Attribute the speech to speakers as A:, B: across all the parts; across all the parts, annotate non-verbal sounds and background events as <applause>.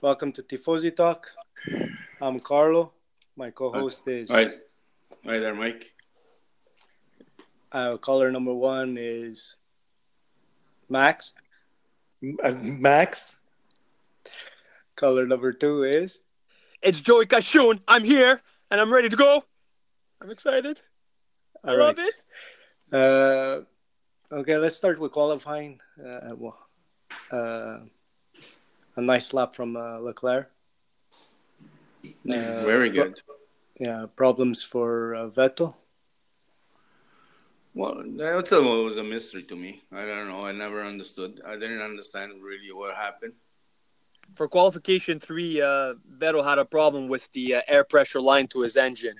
A: Welcome to Tifosi Talk. I'm Carlo. My co host is.
B: Hi. Hi there, Mike.
A: Uh, caller number one is Max.
C: Uh, Max?
A: Caller number two is.
D: It's Joey Cashoon. I'm here and I'm ready to go. I'm excited. I
A: All
D: love
A: right.
D: it.
A: Uh, okay, let's start with qualifying. Uh, well, uh, a nice lap from uh, Leclerc. Uh,
B: Very good.
A: Yeah, problems for uh, Vettel.
B: Well, that's a, was a mystery to me. I don't know. I never understood. I didn't understand really what happened.
D: For qualification three, uh, Vettel had a problem with the uh, air pressure line to his engine.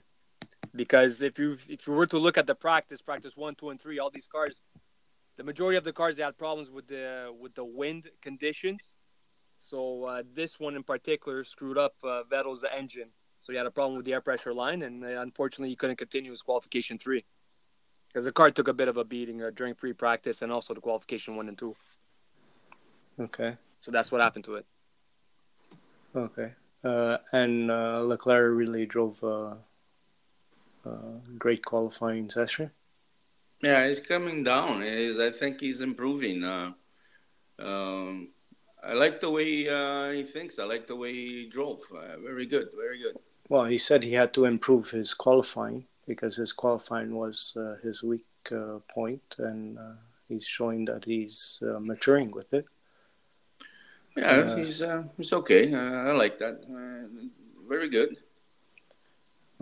D: Because if you if you were to look at the practice, practice one, two, and three, all these cars, the majority of the cars they had problems with the with the wind conditions. So uh, this one in particular screwed up uh, Vettel's engine. So he had a problem with the air pressure line, and uh, unfortunately he couldn't continue his qualification three, because the car took a bit of a beating uh, during free practice and also the qualification one and two.
A: Okay,
D: So that's what happened to it.
A: okay. Uh, and uh, Leclerc really drove a, a great qualifying session.
B: Yeah, he's coming down. He's, I think he's improving. Uh, um, I like the way uh, he thinks. I like the way he drove. Uh, very good. Very good.
A: Well, he said he had to improve his qualifying because his qualifying was uh, his weak uh, point, and uh, he's showing that he's uh, maturing with it.
B: Yeah,
A: Yeah.
B: he's uh, he's okay. Uh, I like that. Uh, very good.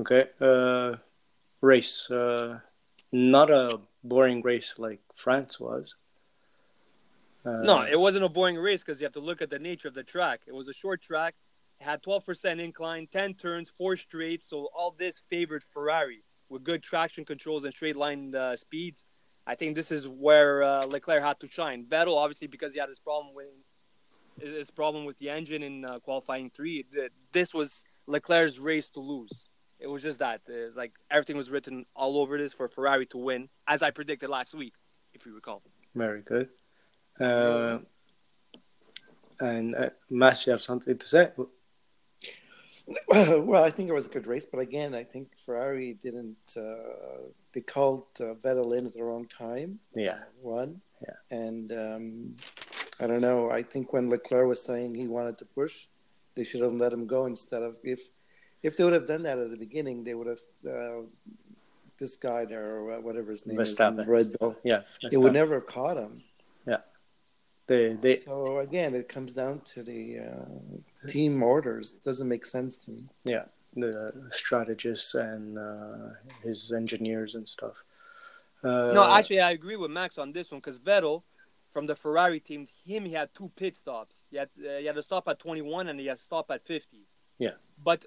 A: Okay, uh, race. Uh, not a boring race like France was. Uh,
D: No, it wasn't a boring race because you have to look at the nature of the track. It was a short track. It had 12% incline, 10 turns, four straights. So all this favored Ferrari with good traction controls and straight line uh, speeds. I think this is where uh, Leclerc had to shine. Vettel, obviously, because he had his problem with his problem with the engine in uh, qualifying three. th- This was Leclerc's race to lose. It was just that, uh, like everything was written all over this for Ferrari to win, as I predicted last week, if you recall.
A: very good. Uh, and uh, Mas, you have something to say?
C: <laughs> well, I think it was a good race, but again, I think Ferrari didn't. Uh, they called uh, Vettel in at the wrong time.
A: Yeah,
C: One.
A: Yeah.
C: And um, I don't know. I think when Leclerc was saying he wanted to push, they should have let him go instead of if if they would have done that at the beginning, they would have uh, this guy there or whatever his name
A: Verstappen.
C: is, in Red Bull.
A: yeah.
C: They would never have caught him.
A: They, they,
C: So again, it comes down to the uh, team orders. It doesn't make sense to me.
A: yeah the strategists and uh, his engineers and stuff uh,
D: No, actually, I agree with Max on this one because Vettel, from the Ferrari team, him he had two pit stops. He had, uh, he had a stop at 21 and he had a stop at 50.
A: Yeah.
D: But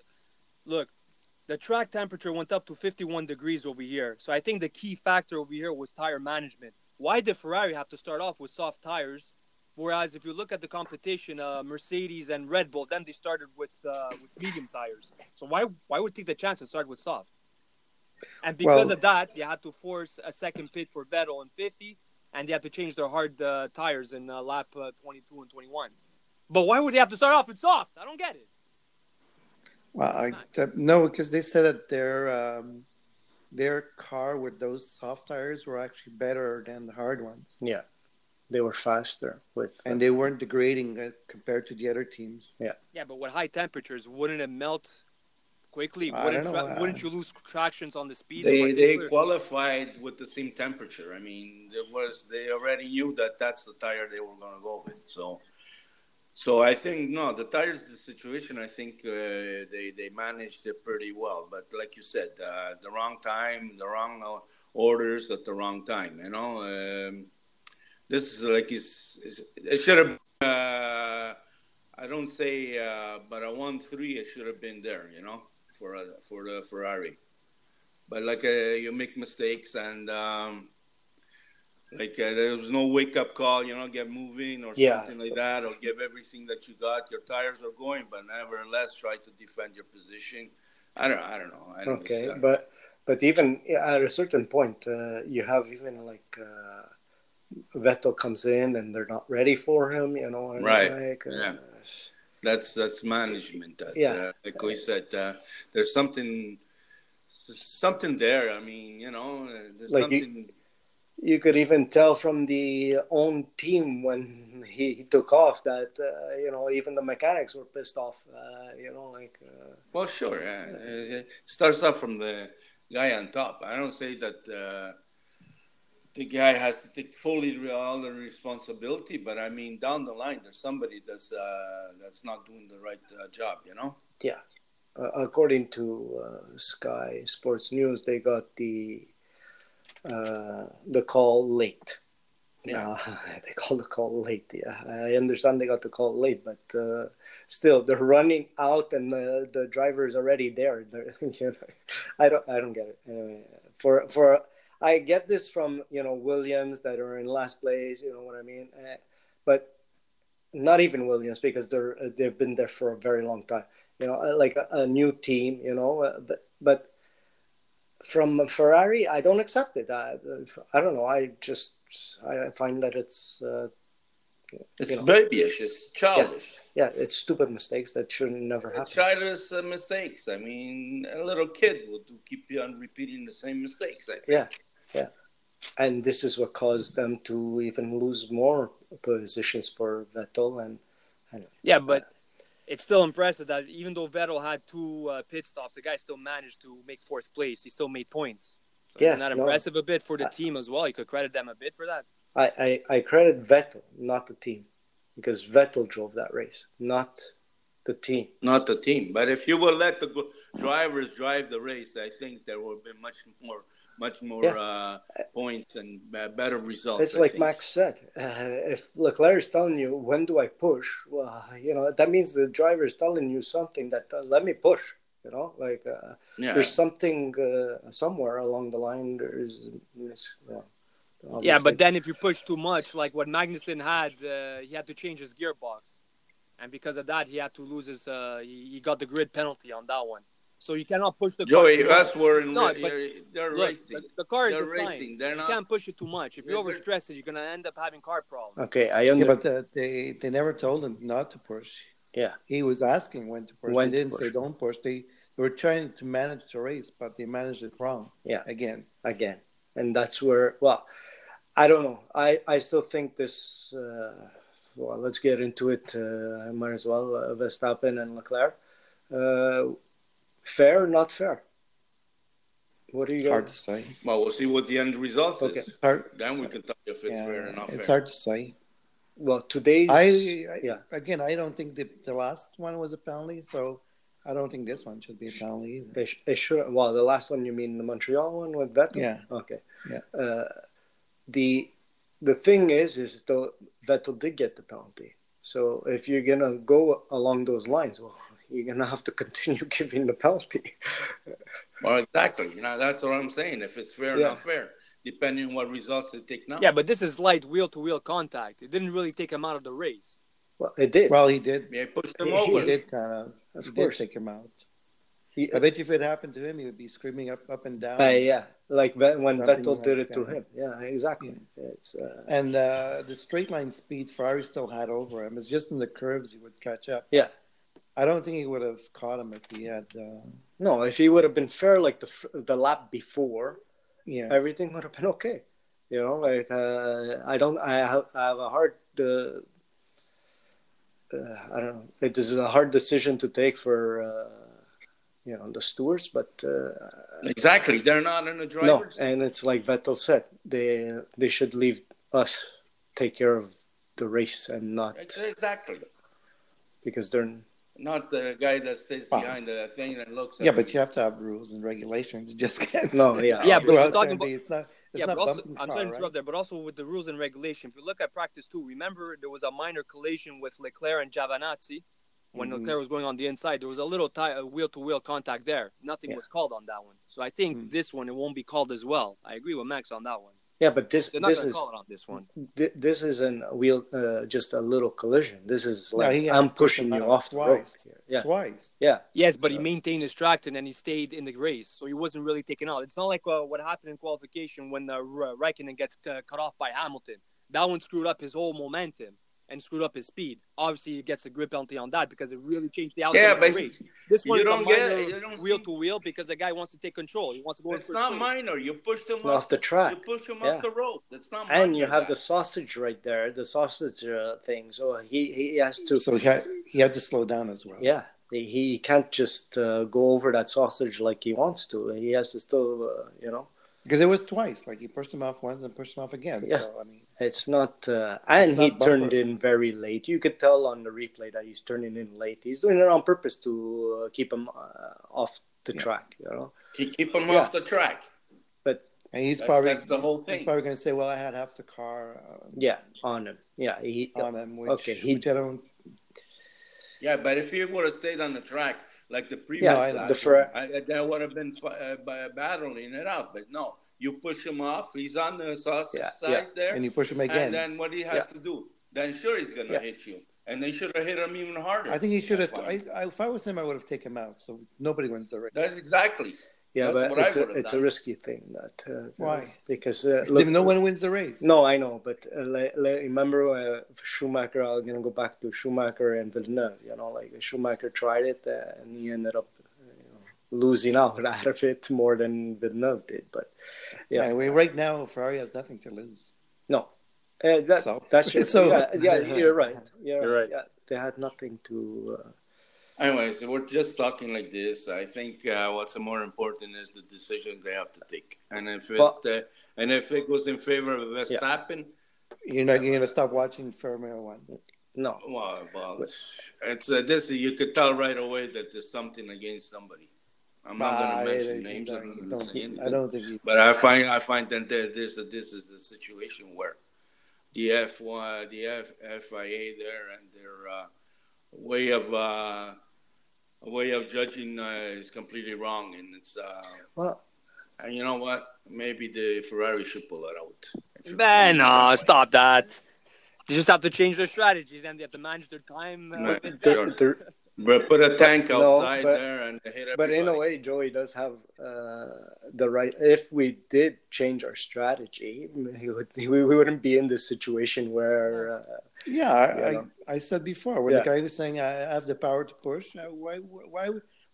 D: look, the track temperature went up to 51 degrees over here. So I think the key factor over here was tire management. Why did Ferrari have to start off with soft tires? Whereas if you look at the competition, uh, Mercedes and Red Bull, then they started with uh, with medium tires. So why why would take the chance and start with soft? And because
C: Well-
D: of that, they had to force a second pit for Vettel in 50, and they had to change their hard uh, tires in uh, lap uh, 22 and 21. But why would they have to start off with soft? I don't get it.
C: Well, I, that- no, because they said that their um, their car with those soft tires were actually better than the hard ones,
A: yeah they were faster with
C: and they weren't degrading uh, compared to the other teams.
D: Yeah, but with high temperatures, wouldn't it melt quickly?
C: I
D: Wouldn't,
C: don't
D: tra-
C: know.
D: wouldn't you lose tractions on the speed? in
B: They they
D: particular?
B: qualified with the same temperature. I mean, there was they already knew that that's the tire they were going to go with. So, so I think no, the tires the situation. I think uh, they they managed it pretty well. But like you said, uh, the wrong time, the wrong uh, orders at the wrong time. You know, um, this is like is is- it should have. Uh, I don't say, uh, but a one-three, it should have been there. You know, for uh, for the Ferrari but like uh, you make mistakes and um, like uh, there was no wake up call you know get moving or
A: Yeah.
B: something like that or give everything that you got your tires are going but nevertheless try to defend your position i don't i don't know I don't
A: okay
B: understand.
A: but but even at a certain point uh, you have even like uh, Vettel comes in and they're not ready for him you know and
B: Right.
A: like, uh,
B: Yeah. That's that's management. That,
A: Yeah.
B: uh, like we said, uh, there's something something there. I mean, you know, uh, there's
A: Like you-
B: something.
A: you could even tell from the own team when he, he took off that uh, you know even the mechanics were pissed off uh, you know like uh,
B: Well, sure. Yeah. uh, It starts off from the guy on top. I don't say that uh, the guy has to take fully re- all the responsibility, but I mean, down the line, there's somebody that's uh, that's not doing the right uh, job. You know?
A: yeah uh, according to uh, sky sports news they got the uh, the call late
B: Yeah.
A: Uh, <laughs> they called the call late yeah i understand they got the call late but uh, still they're running out and uh, the, the driver is already there <laughs> They're- you know, i don't i don't get it anyway for for i get this from you know williams that are in last place you know what i mean uh, but not even williams because they're uh, they've been there for a very long time you know uh, like a, a new team you know uh, but but from ferrari i don't accept it i, I don't know i just i find that it's uh,
B: It's
A: Yeah.
B: babyish. It's childish.
A: yeah it's stupid mistakes that should never happen
B: It's childish uh, mistakes. I mean, a little kid would do- keep on repeating the same mistakes. I think.
A: Yeah, yeah. And this is what caused them to even lose more positions for Vettel. And
D: Yeah, but it's still impressive that even though Vettel had two uh, pit stops, the guy still managed to make fourth place. He still made points. So
A: Yes,
D: isn't that
A: no.
D: impressive a bit for the team as well? You could credit them a bit for that.
A: I, I, I credit Vettel, not the team, because Vettel drove that race, not the team.
B: Not the team, but if you would let the go- drivers drive the race, I think there would be much more, much more
A: Yeah.
B: uh, points and uh, better results.
A: It's
B: I
A: like
B: think.
A: Max said. Uh, if Leclerc is telling you when do I push, well, you know that means the driver is telling you something that uh, let me push. You know, like uh,
B: Yeah.
A: there's something uh, somewhere along the line. There is mis- well,
D: Yeah,
A: obviously-
D: but then if you push too much, like what Magnussen had, uh, he had to change his gearbox, and because of that, he had to lose his. Uh, he, he got the grid penalty on that one. So you cannot push the car
B: Joey,
D: too much.
B: us were in.
D: No,
B: No,
D: but
B: they're
D: Look,
B: racing.
D: The, the car is
B: They're
D: a science.
B: racing. They're
D: you
B: not-
D: can't push it too much. If you
B: They're-
D: overstress it, you're gonna end up having car problems.
A: okay, I
C: Yeah,
A: understand.
C: but the, they they never told him not to push.
A: Yeah.
C: He was asking when to push.
A: When to
C: they didn't say
A: push.
C: don't push. They, they were trying to manage the race, but they managed it wrong.
A: Yeah.
C: Again.
A: again and that's where well i don't know i i still think this uh, well let's get into it uh, I might as well uh, verstappen and leclerc uh, fair not fair what do you
C: Hard to
A: guys
C: say.
B: Well, we'll see what the end result
A: Okay.
B: is.
C: Hard.
B: Then we can tell you if it's
C: Yeah,
B: fair or not
C: It's
B: fair.
C: hard to say.
A: well today's
C: I, I
A: yeah
C: again, I don't think the, the last one was a penalty, so I don't think this one should be a penalty either.
A: they, sh- they should well the last one you mean the montreal one with vettel
C: Yeah.
A: okay
C: Yeah.
A: uh, the the thing is is though vettel did get the penalty so if you're gonna go along those lines well you're gonna have to <laughs> continue giving the penalty
B: Well, exactly. You know, that's what I'm saying. If it's fair
A: Yeah.
B: or not fair, depending on what results they take now.
D: Yeah, but this is light wheel to wheel contact. It didn't really take him out of the race.
A: well it did
C: Well, he did.
B: Yeah, push them
A: He-
C: He
B: over.
C: did kind of.
A: Of
C: he
A: course.
C: did take him out.
A: He-
C: I bet you if it happened to him, he would be screaming up, up and down.
A: uh, yeah like Ve- when
C: Something
A: vettel did
C: like
A: it to
C: that.
A: him yeah exactly it's uh,
C: And uh, the straight line speed Ferrari still had over him. It's just in the curves he would catch up.
A: yeah
C: I don't think he would have caught him if he had. Uh,
A: no if he would have been fair like the f- the lap before
C: yeah,
A: everything would have been okay. You know, like uh, I don't, I have, I have a hard, uh, uh, I don't know. It is a hard decision to take for, uh, you know, the stewards, but uh,
B: Exactly. They're not in the
A: no.
B: drivers.
A: And it's like Vettel said, they they should leave us take care of the race and not
B: Ex- Exactly.
A: because they're
B: Not the guy that stays
C: Well.
B: behind the thing and looks.
C: yeah, but you have to have rules and regulations. You just <laughs> can't.
D: <laughs>
A: no, yeah,
D: Yeah, but
C: Go
D: she's
C: out there
D: talking
C: and
D: about-
C: be- it's not. It's
D: yeah,
C: not
D: but also,
C: bumping
D: I'm
C: car,
D: sorry to
C: right?
D: interrupt there, but also with the rules and regulation. If you look at practice too, remember there was a minor collision with Leclerc and Javanazzi when
C: Mhm.
D: Leclerc was going on the inside. There was a little wheel to wheel contact there. Nothing
A: Yeah.
D: was called on that one. So I think
C: Mm.
D: this one it won't be called as well. I agree with Max on that one.
A: yeah. But this
D: They're not
A: this
D: going to
A: is
D: call it on this one.
A: thi- this is an wheel, uh, just a little collision. This is
C: No,
A: like
C: he had
A: I'm
C: to push
A: pushing
C: him
A: you
C: out
A: off the road.
C: twice.
A: here. Yeah,
C: Twice.
A: yeah.
D: Yes, but he
A: Uh,
D: maintained his traction and he stayed in the race, so he wasn't really taken out. It's not like uh, what happened in qualification when uh, R- Raikkonen gets uh, cut off by Hamilton. That one screwed up his whole momentum. and screwed up his speed. Obviously, he gets a grid penalty on that because it really changed the outcome
B: Yeah,
D: of the
B: but
D: race. This one
B: you
D: is a
B: don't get it.
D: minor
B: You don't
D: wheel
B: see-
D: to wheel because the guy wants to take control. He wants to go. in
B: it's
D: first
B: not
D: place.
B: minor. You push them
A: off the track.
B: You push them
A: Yeah.
B: off the road. It's not.
A: and
B: minor,
A: you have the
B: guys.
A: sausage right there, the sausage uh, thing. So he he has to,
C: So he had he had to slow down as well.
A: yeah, he- he can't just uh, go over that sausage like he wants to. He has to still, uh, you know,
C: because it was twice. Like he pushed him off once and pushed him off again.
A: Yeah.
C: So I mean,
A: it's not. Uh, and
C: It's
A: he
C: not
A: turned
C: bumper.
A: in very late. You could tell on the replay that he's turning in late. He's doing it on purpose to uh, keep him uh, off the
C: Yeah.
A: track, you know.
B: You keep them
A: Yeah.
B: off the track.
C: and he's
B: That's,
C: probably
B: that's the whole
C: he's
B: thing.
C: probably going to say, "Well, I had half the car uh,
A: Yeah, on him. Yeah, he.
C: on him," which,
A: Okay, he-
C: which I don't.
B: Yeah, but if he would have stayed on the track like the previous,
A: yeah,
B: lap,
A: the Fer-
B: I, I- there would have been fi- uh, ba- battling it out. But no, you push him off. He's on the sausage
A: Yeah,
B: side there,
C: And you push him
B: and
C: again.
B: then what he has to do? Then sure, he's gonna
A: Yeah.
B: hit you, and they should have hit him even harder.
C: I think he should have.
B: That's
C: I,
B: fine.
C: I, if I was him, I would have taken him out. So nobody wins the race.
B: That's exactly.
A: yeah,
B: that's
A: but
B: what I
A: it's a,
B: would've
A: it's a
B: done.
A: risky thing. That uh,
C: Why?
A: Because uh,
C: If
A: look,
C: no one wins the race.
A: No, I know, but uh, le- le- remember uh, Schumacher. I'm gonna go back to Schumacher and Villeneuve. You know, like Schumacher tried it uh, and he ended up uh, you know, losing out <laughs> out of it more than Villeneuve did. But
C: yeah.
A: yeah.
C: Anyway, right now Ferrari has nothing to lose.
A: no, uh, that,
C: So-
A: that's your,
C: <laughs> so-
A: yeah, yeah, you're right. Yeah,
B: You're right.
A: Yeah, they had nothing to. Uh,
B: Anyways, we're just talking like this. I think uh, what's more important is the decision they have to take, and if it
A: Well-
B: uh, and if it goes in favor of Verstappen,
C: You're not going to stop watching Formula One.
A: no,
B: well, well, it's uh, this. You could tell right away that there's something against somebody. I'm not
C: Nah,
B: going to mention
C: you
B: names.
C: don't-
B: I'm
C: you
B: not
C: don't-
B: gonna say anything.
C: I don't think he,
B: But I find I find that there- this this is a situation where the F the F, FIA there and their uh, way of uh, way of judging uh, is completely wrong, and it's uh,
A: well,
B: and you know what? Maybe the Ferrari should pull it out. If it's
D: Man,
B: going that
D: no,
B: way.
D: stop that. You just have to change their strategies and they have to manage their time. uh,
B: Right.
D: with
A: the-
D: their-
B: Sure.
A: the-
B: But put a tank
A: No,
B: outside
A: but-
B: there and hit everybody.
A: but in a way, Joey does have uh, the right. If we did change our strategy, he would, we, we wouldn't be in this situation where. Uh,
C: yeah, I,
A: Yeah, no.
C: I, I said before when
A: Yeah.
C: the guy was saying I have the power to push. uh, Why? Why?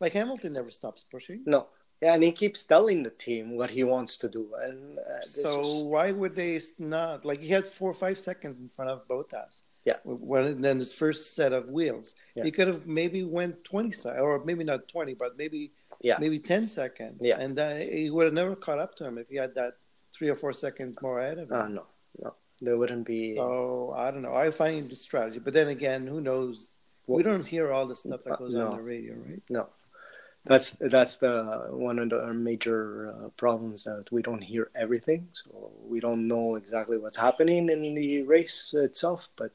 C: Like Hamilton never stops pushing.
A: No. Yeah, and he keeps telling the team what he wants to do, and uh, this
C: so
A: is,
C: why would they not? Like he had four or five seconds in front of Bottas.
A: Yeah.
C: When then his first set of wheels,
A: Yeah.
C: he could have maybe went twenty se- or maybe not twenty, but maybe
A: Yeah.
C: maybe ten seconds.
A: Yeah.
C: And uh, he would have never caught up to him if he had that three or four seconds more ahead of him.
A: uh, no, no, there wouldn't be.
C: So I don't know. I find the strategy, but then again, who knows?
A: Well- uh,
C: we don't hear all the stuff that goes
A: No.
C: on the radio, right?
A: That's that's the one of the major uh, problems that we don't hear everything, so we don't know exactly what's happening in the race itself. But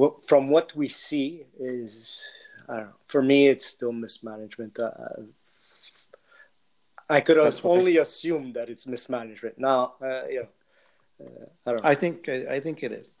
A: what, from what we see is, I don't know. For me, it's still mismanagement. Uh, I could have
C: That's what I-
A: only assumed that it's mismanagement. Now, uh, yeah, uh, I don't. know.
C: I think I think it is.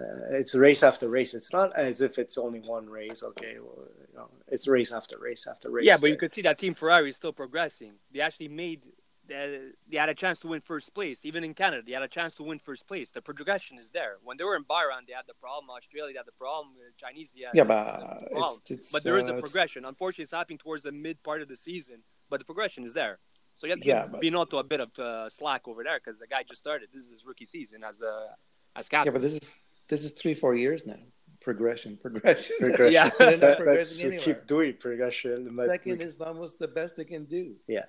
A: uh, it's race after race. It's not as if it's only one race. Okay, well, you know, it's race after race after race.
D: Yeah, but you
A: Uh,
D: could see that Team Ferrari is still progressing. They actually made, they, they had a chance to win first place. Even in Canada, they had a chance to win first place. The progression is there. When they were in Bahrain, they had the problem. Australia, they had the problem. The Chinese, they had
C: Yeah,
D: the
C: but uh,
D: problem.
C: it's, it's
D: but there is
C: uh,
D: a
C: it's-
D: progression. Unfortunately, it's happening towards the mid part of the season, but the progression is there. So you have to
C: Yeah,
D: give
C: but-
D: Binotto a bit of uh, slack over there because the guy just started. This is his rookie season as a as
C: Yeah,
D: captain.
C: but this is this is three four years now. Progression, progression.
A: <laughs> Progression.
D: Yeah.
C: They're
A: that,
C: not
A: that's
C: progressing
A: you keep doing progression. But
C: <laughs> Second is almost the best they can do.
D: Well,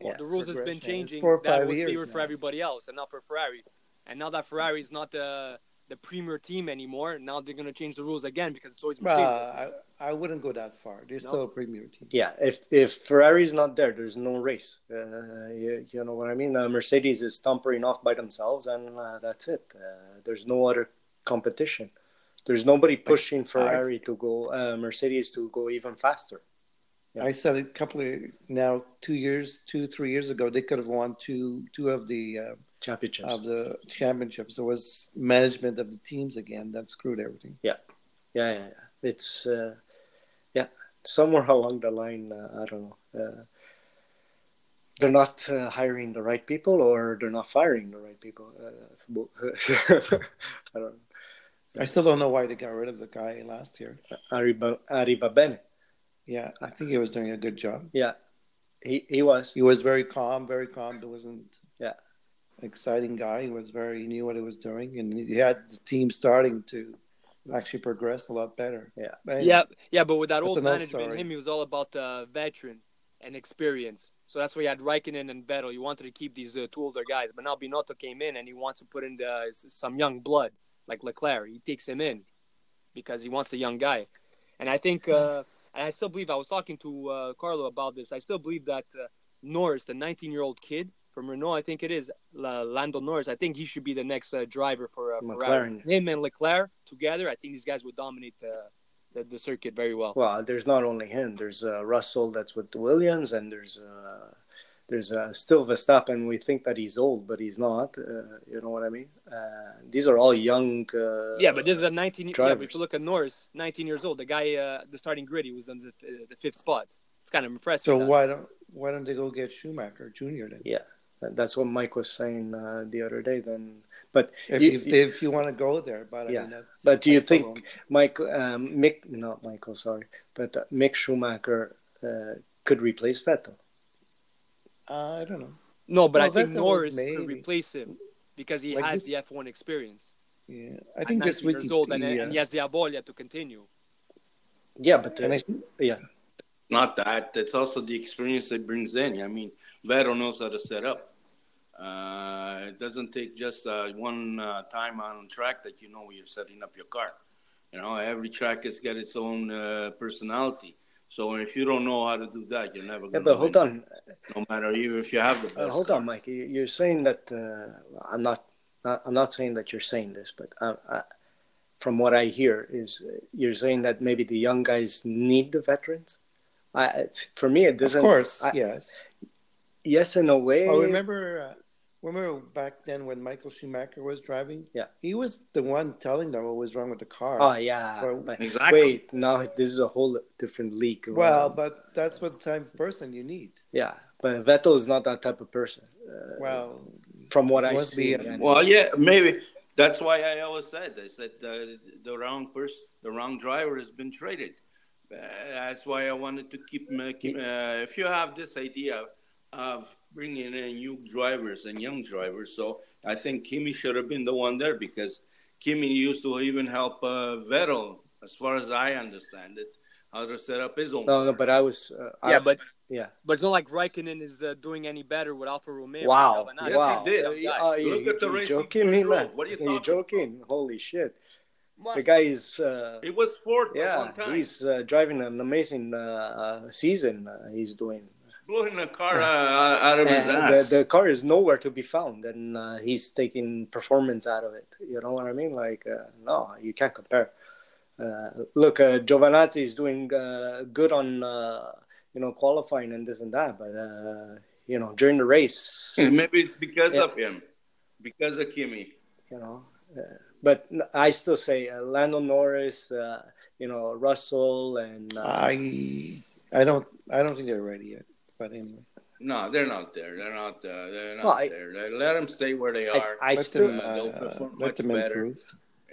A: Yeah.
D: the rules has been
C: Progression. It's
D: changing.
C: four or
D: That
C: five
D: was
C: years
D: favored for
C: now.
D: everybody else, and not for Ferrari. And now that Ferrari is not the the premier team anymore, now they're gonna change the rules again because it's always Mercedes.
C: Well, I, I wouldn't go that far. They're
D: No.
C: still a premier team.
A: yeah, if if Ferrari's not there, there's no race. Uh, you, you know what I mean? Uh, Mercedes is tampering off by themselves, and uh, that's it. Uh, there's no other competition. There's nobody pushing Ferrari to go, uh, Mercedes to go even faster. Yeah.
C: I said a couple of now two years, two three years ago, they could have won two two of the uh,
A: Championships.
C: of the championships. It was management of the teams again that screwed everything.
A: yeah, yeah, yeah. It's uh, yeah, somewhere <laughs> along the line, uh, I don't know. Uh, they're not uh, hiring the right people, or they're not firing the right people. Uh, bo- <laughs> I don't know.
C: I still don't know why they got rid of the guy last year.
A: Arriba, Arriba Bene.
C: Yeah, I think he was doing a good job.
A: Yeah, he, he was.
C: He was very calm, very calm. There wasn't
A: Yeah.
C: exciting guy. He was very he knew what he was doing, and he had the team starting to actually progress a lot better.
A: Yeah.
C: But
D: Yeah, yeah, but with that
C: That's
D: old
C: another
D: management,
C: story.
D: him he was all about the veteran and experience. So that's why you had Raikkonen and Vettel. You wanted to keep these uh, two older guys, but now Binotto came in and he wants to put in the, s- some young blood, like Leclerc. He takes him in because he wants the young guy. And I think, uh, and I still believe I was talking to uh, Carlo about this. I still believe that uh, Norris, the 19-year-old kid from Renault, I think it is La- Lando Norris. I think he should be the next uh, driver for uh, Ferrari.
A: McLaren.
D: Him and Leclerc together, I think these guys would dominate. Uh, the, the circuit very well.
A: Well, there's not only him. There's uh, Russell that's with the Williams, and there's uh, there's uh, still Verstappen. We think that he's old, but he's not. Uh, you know what I mean? Uh, these are all young. Uh,
D: yeah, but this is a 19. Yeah, but if
A: drivers.
D: you look at Norris, 19 years old, the guy, uh, the starting grid, he was on the, uh, the fifth spot. It's kind of impressive.
C: So
D: that.
C: why don't why don't they go get Schumacher Jr. then?
A: yeah. That's what Mike was saying uh, the other day. Then, but
C: If
A: You-
C: if, they, if you want to go there, but I
A: Yeah.
C: mean, that,
A: but do
C: I
A: you
C: still
A: think
C: don't-
A: Michael, um, Mick, not Michael, sorry, but uh, Mick Schumacher uh, could replace Vettel.
C: I don't know.
D: no, but
C: Well,
D: I think
C: Vettel was
D: Norris could
C: maybe.
D: replace him because he
C: Like
D: has
C: this-
D: the F1 experience.
C: Yeah, I think
D: at
C: this
D: 19
C: week.
D: years old, and,
C: yeah.
D: and he has the Abolia to continue.
A: Yeah, but uh,
C: And I think-
A: yeah,
B: Not that. It's also the experience it brings in. I mean, Vettel knows how to set up. Uh, it doesn't take just uh, one uh, time on track that you know when you're setting up your car. You know, every track has got its own uh, personality. So if you don't know how to do that, you're never going
A: yeah
B: to.
A: but hold on,
B: No matter even if you have the best.
A: Uh, hold
B: car.
A: on, Mike. You- You're saying that uh, I'm not, not. I'm not saying that you're saying this, but I, I, from what I hear is uh, you're saying that maybe the young guys need the veterans. I, it's- for me, it
C: of
A: doesn't.
C: course,
A: I-
C: yes.
A: Yes, in a way.
C: Oh, remember, uh, remember back then when Michael Schumacher was driving?
A: Yeah.
C: he was the one telling them what was wrong with the car.
A: Oh yeah.
C: Well,
A: but
B: Exactly.
A: Wait, now this is a whole different league.
C: Well, but that's what type of person you need.
A: yeah, but Vettel is not that type of person. Uh,
C: Well,
A: from what I
C: must
A: see.
C: be a-
A: anyway.
B: Well, yeah, maybe that's why I always said I said uh, the wrong person, the wrong driver has been traded. Uh, that's why I wanted to keep. Uh, keep uh, if you have this idea of bringing in new drivers and young drivers, so I think Kimi should have been the one there because Kimi used to even help uh, Vettel, as far as I understand it, how to set up his own.
A: no, no, but I was. Uh,
D: yeah,
A: I-
D: but
A: yeah.
D: but it's not like Raikkonen is uh, doing any better with Alfa Romeo.
A: Wow!
D: Or Calvin.
B: Yes,
A: wow!
B: he did.
A: Uh,
D: Some guy.
A: oh, you-
B: Look at the
A: you
B: race he
A: joking me,
B: drove.
A: man?
B: What are you
A: you
B: talking about?
A: joking? Holy shit!
D: What?
A: The guy is. Uh,
B: It was fourth at
A: yeah,
B: one time.
A: he's uh, driving an amazing uh, uh, season. Uh, he's doing.
B: blowing a car uh, out of
A: <laughs>
B: his
A: And
B: ass.
A: the, the car is nowhere to be found, and uh, he's taking performance out of it. You know what I mean? Like, uh, no, you can't compare. Uh, look, uh, Giovanazzi is doing uh, good on uh, you know qualifying and this and that, but uh, you know during the race,
B: Maybe it's because
A: Yeah.
B: of him, because of Kimi.
A: you know. Uh, but n- I still say uh, Lando Norris, uh, you know Russell, and
C: Ah,
A: uh,
C: I, I don't, I don't think they're ready yet. But anyway,
B: No, they're not there. They're not. Uh, they're not
A: Well, I-
B: there. Let- Let them stay where they
A: I,
B: are.
A: I
C: let
A: still
C: them, uh,
B: they'll perform
C: let
B: much
C: them
B: better.
C: improve.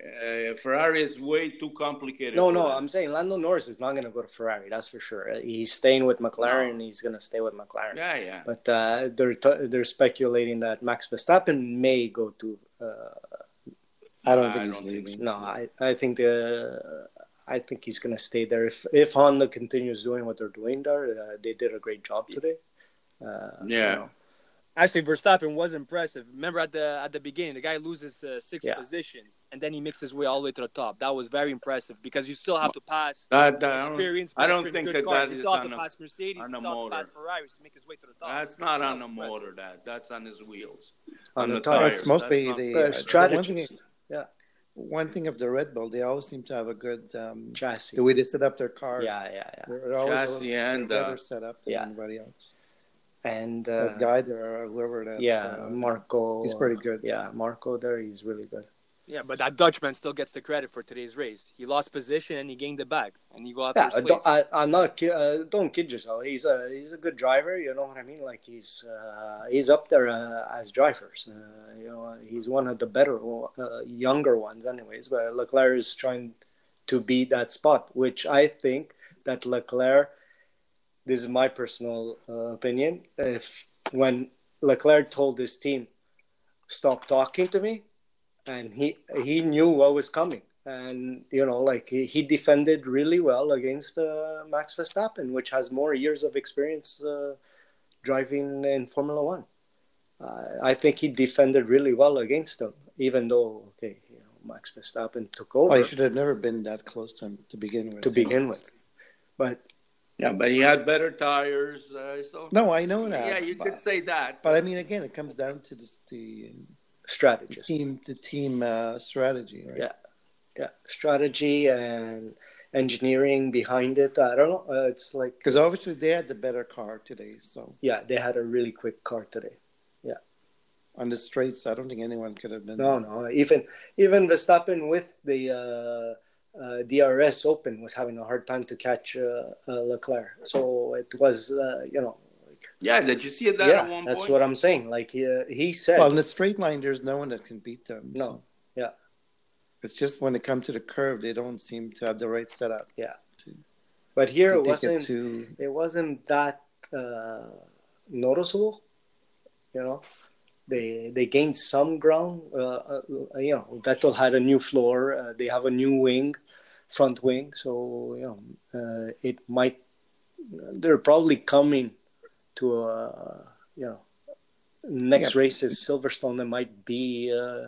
B: uh, Ferrari is way too complicated.
A: no
B: for
A: no.
B: them.
A: I'm saying Lando Norris is not going to go to Ferrari. That's for sure. Uh, He's staying with McLaren. He's going to stay with McLaren.
B: Yeah, yeah.
A: But uh, they're t- they're speculating that Max Verstappen may go to. Uh,
C: I don't
B: I
C: think he's
B: don't think
C: leaving.
A: no, I I think the. I think he's gonna stay there if if Honda continues doing what they're doing there. Uh, they did a great job today. Uh, you
B: Yeah.
A: know.
D: Actually, Verstappen was impressive. Remember at the at the beginning, the guy loses uh, six
A: Yeah.
D: positions, and then he makes his way all the way to the top. That was very impressive because you still have to pass
B: That- that- I don't-
D: experience.
B: I don't
D: veteran,
B: think
D: good
B: that
D: cars.
B: that
D: He
B: is
D: still have
B: on
D: to
B: a-
D: pass Mercedes.
B: on
D: He
B: a
D: still have to pass
B: motor.
D: Ferraris to make his way to the top.
B: that's not
D: That
B: on
D: was
B: the
D: impressive.
B: motor. That that's on his wheels.
A: On the
B: tires.
A: tires.
C: That's mostly
B: not-
C: the,
A: Uh,
C: uh,
A: strategist.
C: One
A: Yeah.
C: thing, one thing of the Red Bull, they always seem to have a good um,
A: Chassis.
C: the way they set up their cars.
A: Yeah, yeah, yeah.
C: They're always a
B: Chassis
C: little
B: and,
C: better
B: uh,
C: set up than
A: yeah.
C: anybody else.
A: And uh,
C: That guy there, or whoever that.
A: yeah,
C: uh,
A: Marco.
C: he's pretty good.
A: Yeah, Marco there, he's really good.
D: Yeah, but that Dutchman still gets the credit for today's race. He lost position and he gained it back, and he got
A: Yeah,
D: first
A: don't,
D: place.
A: I, I'm not. ki- Uh, don't kid yourself. He's a he's a good driver. You know what I mean? Like he's uh, he's up there uh, as drivers. Uh, you know, he's one of the better uh, younger ones, anyways. But Leclerc is trying to be that spot, which I think that Leclerc. This is my personal uh, opinion. If when Leclerc told his team, "Stop talking to me," and he he knew what was coming and you know like he, he defended really well against uh, max verstappen which has more years of experience uh, driving in formula one uh, i think he defended really well against him even though okay you know, max verstappen took over
C: Well, Oh, he should have never been that close to him to begin with.
A: to begin with but
B: Yeah, but he had better tires. Uh, so
C: No, I know that.
B: yeah, you
C: but,
B: could say that.
C: But I mean, again, it comes down to this, the
A: strategist
C: team, the team uh, strategy, right?
A: Yeah. yeah strategy and engineering behind it i don't know uh, it's like
C: Because obviously they had the better car today. So
A: yeah they had a really quick car today
C: on the straights, I don't think anyone could have been.
A: No, no. Even even Verstappen with the uh, uh, DRS open was having a hard time to catch uh, uh, Leclerc. So it was, uh, you know, like,
B: yeah, did you see that
A: yeah,
B: at one
A: that's
B: point?
A: what I'm saying. Like he, he said,
C: Well, in the straight line, there's no one that can beat them.
A: No.
C: so.
A: Yeah.
C: It's just when they come to the curve, they don't seem to have the right setup.
A: but here
C: They
A: it
C: take
A: wasn't.
C: it to-
A: it wasn't that uh, noticeable. You know, they they gained some ground. Uh, uh, you know, Vettel had a new floor. Uh, they have a new wing, front wing. So you know, uh, it might. They're probably coming to uh, you know next
C: Yeah.
A: race is Silverstone. It might be. Uh,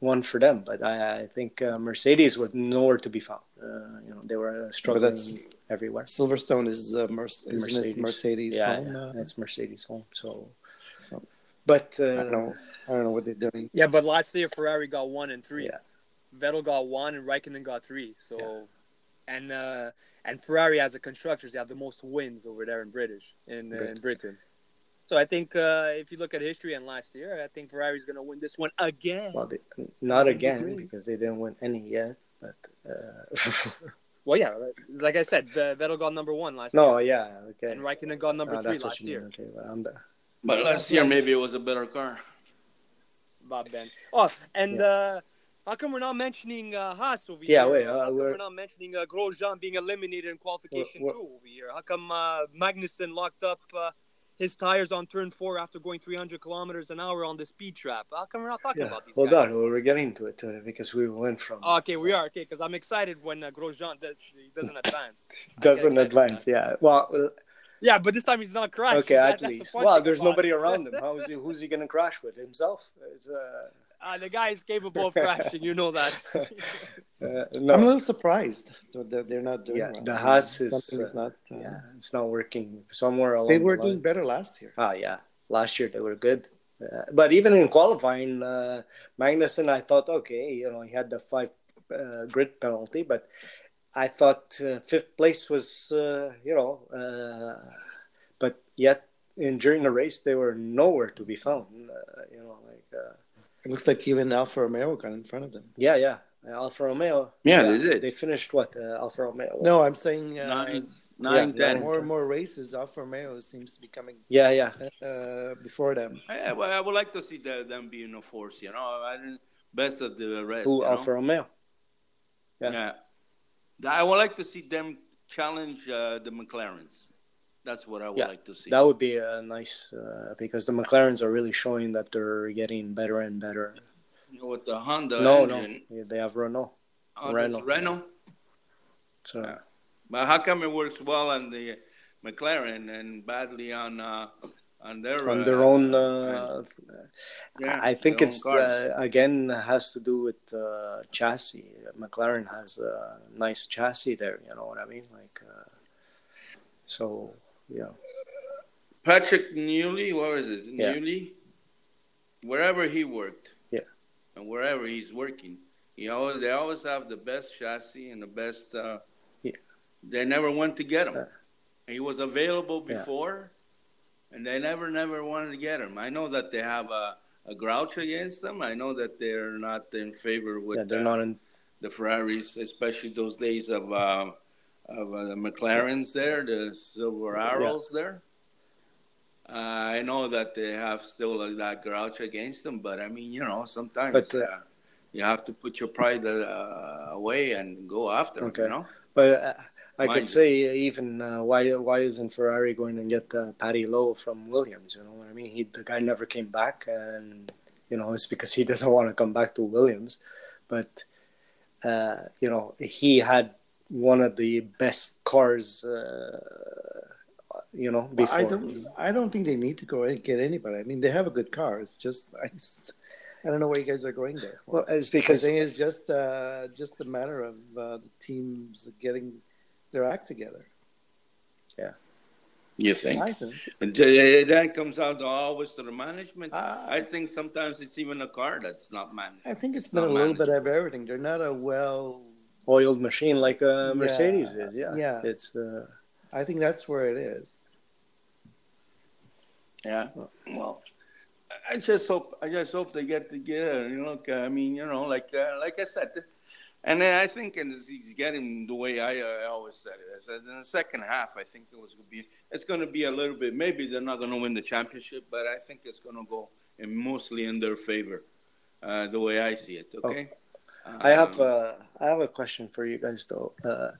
A: one for them, but I, I think uh, Mercedes was nowhere to be found. Uh, you know, they were struggling
C: that's-
A: everywhere.
C: Silverstone is uh, Mer- isn't it
A: Mercedes.
C: Mercedes.
A: Yeah,
C: home,
A: yeah,
C: uh,
A: it's Mercedes home. So,
C: so
A: but
C: I don't
A: uh,
C: know. I don't know what they're doing.
D: Yeah, but last year Ferrari got one and three.
A: Yeah.
D: Vettel got one and Raikkonen got three. So, and uh, and Ferrari as a constructors, they have the most wins over there in British in, uh, in
A: Britain.
D: Britain. So I think uh, if you look at history and last year, I think Ferrari's gonna win this one again.
A: well, they, not again
D: Agree.
A: because they didn't win any yet. But
C: <laughs>
A: uh,
D: Well, yeah, like- like I said, the- Vettel got number one last
A: no,
D: year,
A: yeah, okay.
D: and Raikkonen got number
A: No,
D: three
A: that's what
D: last
A: you mean,
D: year.
A: Okay, well, I'm the,
B: But last year maybe it was a better car.
D: Bob Ben. Oh, and uh, how come we're not mentioning uh, Haas over
A: Yeah,
D: here?
A: wait, uh,
D: how come
A: we're-
D: we're... not mentioning uh, Grosjean being eliminated in qualification
A: We're- we're-
D: two over here? How come uh, Magnussen locked up uh, his tires on turn four after going 300 kilometers an hour on the speed trap? How come we're not talking
A: yeah.
D: about these
A: Hold
D: guys?
A: on, well, we're getting to it uh, because we went from
D: Oh, okay, we are okay because I'm excited when uh, Grosjean does, he doesn't advance. I get
A: doesn't
D: excited when
A: advance. Yeah,
D: <laughs>
A: well, well,
D: that- Yeah, but this time he's not crashing.
A: okay,
D: That-
A: at
D: that's the
A: least.
D: fun
A: Well,
D: thing
A: there's
D: about
A: nobody
D: it.
A: around him. How is he? Who's he gonna crash with? Himself? It's, uh,
D: <laughs> Uh, the guy is
A: <laughs>
D: capable of crashing. You know that.
A: uh,
C: I'm a
A: no,
C: little surprised that they're not doing
A: Yeah,
C: well.
A: the Haas is,
C: Something's
A: uh,
C: not. uh,
A: yeah, it's not working somewhere along.
C: They were
A: the line.
C: doing better last year.
A: Ah, yeah. Last year they were good. Uh, but even in qualifying, uh, Magnussen, I thought, okay, you know, he had the five uh, grid penalty, but I thought uh, fifth place was, uh, you know, uh, but yet in during the race they were nowhere to be found. Uh, you know, like uh,
C: It looks like even Alfa Romeo got in front of them.
A: yeah, yeah, Alfa Romeo.
B: Yeah, they did.
A: They finished what uh, Alfa Romeo?
C: No, I'm saying uh,
B: Nine, nine,
A: yeah,
B: ten.
C: more and more races. Alfa Romeo seems to be coming
A: Yeah, yeah.
C: uh, before them.
B: Yeah, well, I would like to see the, them being a force. You know, I didn't, best of the rest.
A: Who
B: you know?
A: Alfa Romeo? Yeah.
B: Yeah. Th- I would like to see them challenge uh, the McLarens. That's what I would
A: Yeah,
B: like to see.
A: That would be a nice uh, because the McLarens are really showing that they're getting better and better.
B: You know, with the Honda
A: no,
B: engine,
A: no, they have Renault.
B: Oh, that's
A: Renault.
B: Renault.
A: So
B: Yeah. But how come it works well on the McLaren and badly on uh, on their
A: on
B: uh,
A: their own,
B: engine?
A: uh,
B: Yeah,
A: I think
B: their own
A: it's
B: cars.
A: uh, again has to do with uh, chassis. McLaren has a nice chassis there. You know what I mean? Like, uh, so yeah,
B: Patrick Newley, what was it?
A: Yeah.
B: Newley? Wherever he worked.
A: Yeah.
B: And wherever he's working. You know, they always have the best chassis and the best uh
A: Yeah.
B: they never went to get him.
A: Yeah.
B: He was available
A: Yeah.
B: before and they never never wanted to get him. I know that they have a a grouch against them. I know that they're not in favor with
A: yeah, they're
B: uh,
A: not in.
B: the Ferraris, especially those days of uh, of uh, the McLarens there, the Silver Arrows there. Uh, I know that they have still uh, that grouch against them, but I mean, you know, sometimes
A: But, uh,
B: uh, you have to put your pride uh, away and go after 'em,
A: Okay.
B: you know.
A: But uh, I
B: Mind you.
A: could say even uh, why why isn't Ferrari going and get uh, Patty Lowe from Williams? You know what I mean? He the guy never came back, and you know it's because he <laughs> doesn't want to come back to Williams. But uh, you know he had one of the best cars. Uh, you know before.
C: I don't. I don't think they need to go and get anybody. I mean, they have a good car. It's just <laughs> I, s- I don't know why you guys are going there. For.
A: Well, it's
C: The
A: because
C: thing is just uh, just a matter of uh, the teams getting their act together.
B: You think?
C: I think.
B: That comes out always to the management.
A: Ah.
C: I,
B: I think sometimes it's even a car that's not managed.
C: I think it's
B: Not
C: been a little
B: managed.
C: bit of everything. They're not a well.
A: oiled machine like a
C: Yeah.
A: Mercedes is. Yeah,
C: Yeah.
A: It's uh,
C: I think that's where it is.
B: Yeah. Well, I- I just hope I just hope they get together. You know, 'cause I mean, you know, like uh, like I said, and then I think and it's- he's getting the way I, uh, I always said it. I said in the second half, I think it was gonna be it's gonna be a little bit. Maybe they're not gonna win the championship, but I think it's gonna go in mostly in their favor, uh, the way I see it. Okay.
A: Oh. I have
B: Um,
A: uh, I have a question for you guys though. Uh,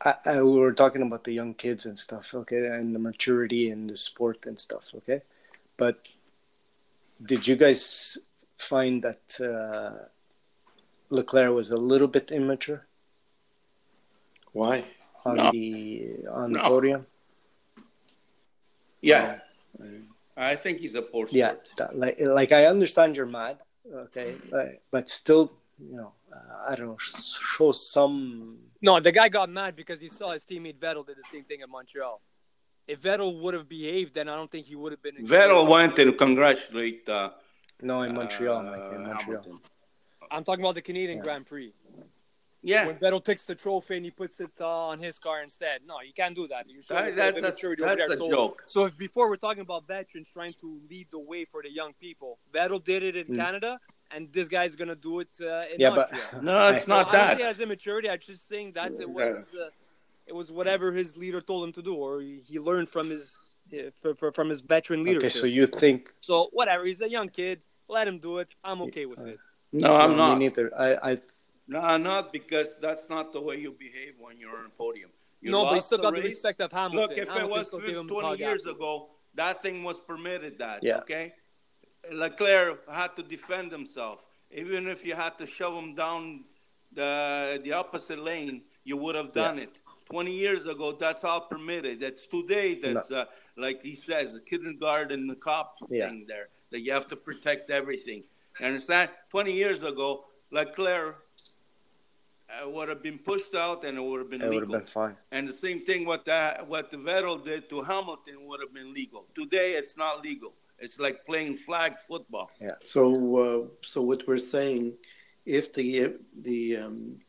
A: I, I we were talking about the young kids and stuff, okay, and the maturity and the sport and stuff, okay. But did you guys find that uh, Leclerc was a little bit immature
C: Why?
A: on
B: No.
A: the on the
B: No.
A: podium?
B: yeah. I think he's a poor sport.
A: Oh, Yeah, that- like like I understand you're mad, okay, but, but still, you know, uh, I don't know, sh- show some
D: No, the guy got mad because he saw his teammate Vettel did the same thing at Montreal. If Vettel would have behaved, then I don't think he would have been.
B: Vettel went and congratulate uh,
A: no in Montreal,
B: uh,
A: Mike, in Montreal.
B: Hamilton.
D: I'm talking about the Canadian
A: Yeah.
D: Grand Prix.
B: Yeah,
D: When Vettel takes the trophy and he puts it uh, on his car instead. No, you can't do that. You're showing
B: That-
D: a
B: that-
D: bit of
B: that's-
D: immaturity over
B: that's
D: there.
B: a
D: so,
B: joke.
D: So if before we're talking about veterans trying to lead the way for the young people, Vettel did it in
A: Hmm.
D: Canada, and this guy's gonna do it uh, in
A: Yeah, but
D: Austria.
A: <laughs>
B: No, it's not
D: I don't see it
B: that.
D: as immaturity. I'm just saying that it was uh, it was whatever his leader told him to do, or he he learned from his uh, fr- fr- from his veteran leadership.
A: okay,
D: so,
A: so you think
D: whatever, he's a young kid. Let him do it. I'm okay with it.
B: No, I'm
A: me
B: not.
A: neither. I, I
B: No, I'm not because that's not the way you behave when you're on a podium. You
D: no, but he
B: lost
D: still got the
B: race.
D: respect of Hamilton.
B: Look, if it
D: Hamilton
B: was
D: still gave him his
B: 20
D: hug
B: years
D: afterwards.
B: ago, that thing was permitted. That
A: Yeah.
B: okay. Leclerc had to defend himself. Even if you had to shove him down the the opposite lane, you would have done it. 20 years ago, that's all permitted. That's today. That's uh, like he says, the kindergarten, the cop
A: Yeah.
B: thing there that you have to protect everything. You understand? 20 years ago, Leclerc uh, would have been pushed out and it would have been
A: it would have
B: legal.
A: been fine.
B: And the same thing what the, what the Vettel did to Hamilton would have been legal. Today it's not legal. It's like playing flag football.
C: So, uh, so what we're saying, if the the um,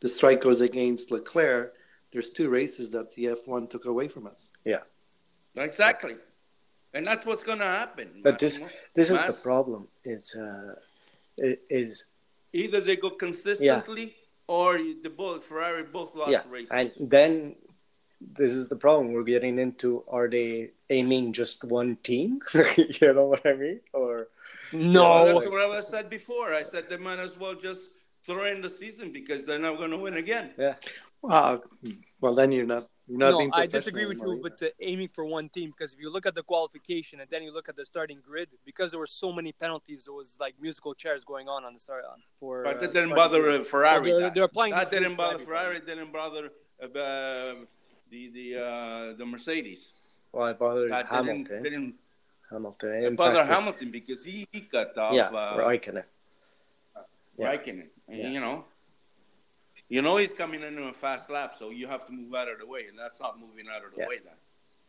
C: the strike goes against Leclerc, there's two races that the F1 took away from us.
B: Exactly. And that's what's going to happen.
A: But this-
B: Massimo.
A: This is
B: Mas-
A: the problem. It's uh, it is
B: either they go consistently or the both Ferrari both lost
A: yeah,
B: races.
A: and then this is the problem we're getting into. Are they aiming just one team? <laughs> you know what I mean? Or
D: No,
B: Well, that's what I said before. I said they might as well just throw in the season because they're not going to win again.
C: Wow. Hmm. Well, then you're not you're not
D: no,
C: being.
D: I
C: professional
D: disagree with you
C: anymore
D: with the aiming for one team because if you look at the qualification and then you look at the starting grid, because there were so many penalties, there was like musical chairs going on on the start on for.
B: But
D: uh,
B: that didn't
D: starting
B: bother
D: grid.
B: uh, Ferrari.
D: So they're,
B: that.
D: they're applying.
B: that
D: these rules
B: didn't
D: to
B: bother
D: everybody.
B: Ferrari. Didn't bother uh, the the uh, the Mercedes.
A: well, I bothered
B: That
A: Hamilton.
B: didn't, didn't
A: Hamilton. It
B: It bother
A: impacted-
B: Hamilton because he, he got off
A: Yeah,
B: uh,
A: Raikkonen. yeah.
B: Raikkonen. And,
A: Yeah.
B: You know, you know he's coming in on a fast lap, so you have to move out of the way, and that's not moving out of the
A: Yeah.
B: way. Then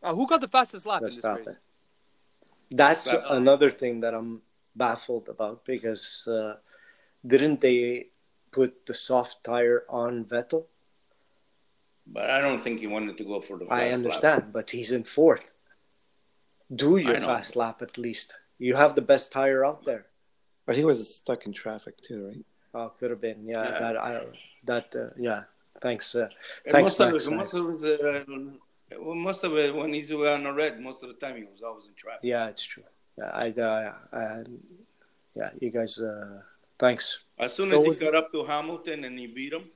D: Uh, who got the fastest lap
A: Let's
D: in this
A: stop
D: race?
A: it. That's
B: But-
A: another thing that I'm baffled about because uh, didn't they put the soft tire on Vettel?
B: but I don't think he wanted to go for the fast
A: I
B: lap.
A: understand, but he's in fourth. Do
B: I
A: your
B: know.
A: fast lap at least. You have the best tire out there.
C: But he was stuck in traffic too, right?
A: Oh, could have been. Yeah,
B: Yeah.
A: that. I, that. Uh, yeah. Thanks. Uh,
B: And
A: Thanks,
B: most, of
A: Max,
B: it,
A: man.
B: most of it was, uh, well, most of it when he's on the red, most of the time he was always in traffic.
A: yeah, it's true. Yeah, I. Uh, I yeah, you guys. Uh, thanks.
B: As soon
D: So
B: as he
D: was-
B: got up to Hamilton and he beat him,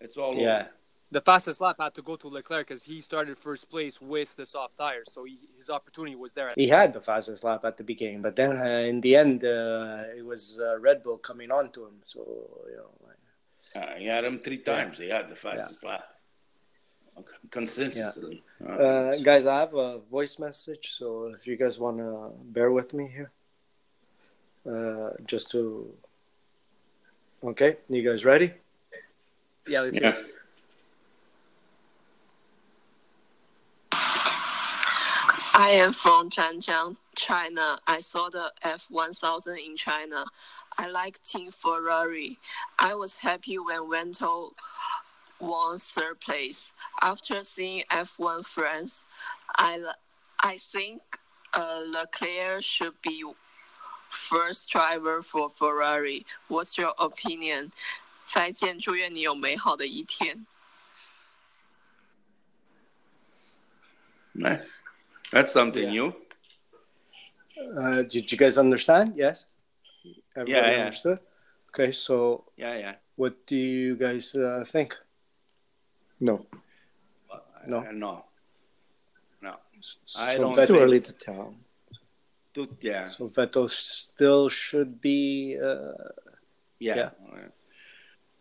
B: it's all
A: Yeah.
D: The fastest lap had to go to Leclerc because he started first place with the soft tires, so he, his opportunity was there.
A: He had the fastest lap at the beginning, but then uh, in the end, uh, it was uh, Red Bull coming on to him. So you know,
B: over. Uh, he had him three times. He had the fastest lap. Con- Consistently.
A: Uh, guys, I have a voice message, so if you guys want to bear with me here, uh, just to. Okay, you guys ready?
D: Yeah, let's
B: yeah.
E: I am from Zhanjiang, China. I saw the F1000 in China. I like Team Ferrari. I was happy when Vento won third place. After seeing F1 France, I, l- I think uh, Leclerc should be first driver for Ferrari. What's your opinion? 再见，祝愿你有美好的一天。
B: Nah. That's something new.
A: Uh, did you guys understand? Yes? Everybody
B: yeah.
A: understood? Okay, so
B: Yeah, yeah.
A: what do you guys uh, think?
C: No,
A: No.
B: Uh, no. No. I
A: So
B: don't
C: it's too
B: think-
A: Vettel,
C: early to tell.
B: Dude, yeah.
A: so Vettel still should be. Uh,
B: Yeah.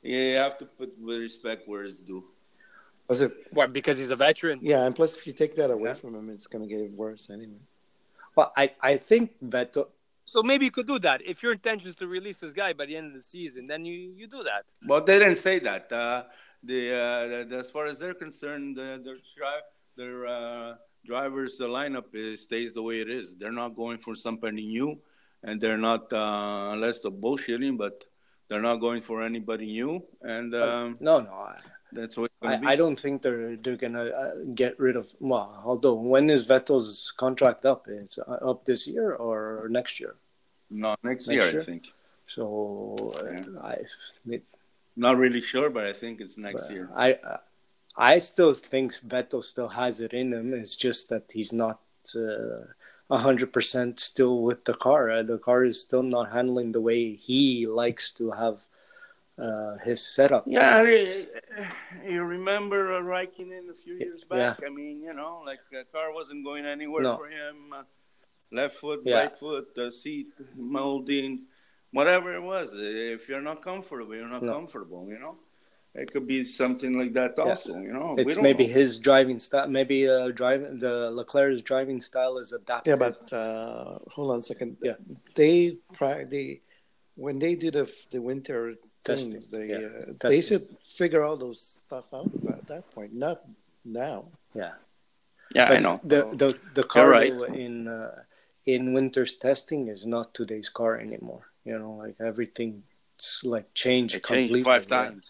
B: Yeah. you have to put with respect where it's due.
C: Also,
D: Well, because he's a veteran.
C: yeah, and plus, if you take that away
B: Yeah.
C: from him, it's going to get worse anyway.
A: well, I, I think Vettel.
D: So maybe you could do that. If your intention is to release this guy by the end of the season, then you, you do that.
B: But they didn't say that. Uh, the, uh, the, the- as far as they're concerned, the, their dri- their uh, drivers' the lineup is, stays the way it is. They're not going for somebody new, and they're not uh, unless they're bullshitting, but they're not going for anybody new, and um,
A: No, no. I,
B: that's what. it's gonna be.
A: Oh. I, I don't think they're they're gonna uh, get rid of. Well, although when is Vettel's contract up? It's uh, up this year or next year.
B: No,
A: Next
B: next, year,
A: year?
B: I think.
A: So uh,
B: Yeah.
A: I, it,
B: Not really sure, but I think it's next year.
A: I I still think Vettel still has it in him. It's just that he's not uh, a hundred percent still with the car. Uh, The car is still not handling the way he likes to have uh, his setup.
B: Yeah, I- <sighs> you remember uh, Raikkonen a few years back? I mean, you know, like the car wasn't going anywhere
A: No.
B: for him. Uh, left foot,
A: Yeah.
B: right foot, the seat molding, whatever it was. If you're not comfortable, you're not
A: No.
B: comfortable. You know, it could be something like that also. You know,
A: It's
B: don't
A: maybe
B: know.
A: his driving style. Maybe uh, driving the Leclerc's driving style is adapted.
C: Yeah, but uh, hold on a second.
A: Yeah.
C: they pri- they when they do the the winter
A: Testing,
C: things, they
A: yeah,
C: uh, they
A: testing.
C: should figure all those stuff out at that point, not now.
A: yeah.
B: Yeah, I
A: But
B: know.
A: The the the car
B: You're right.
A: though in uh, in winter's testing is not today's car anymore. You know, like everything's like changed
B: It
A: completely
B: changed five
A: yeah,
B: times.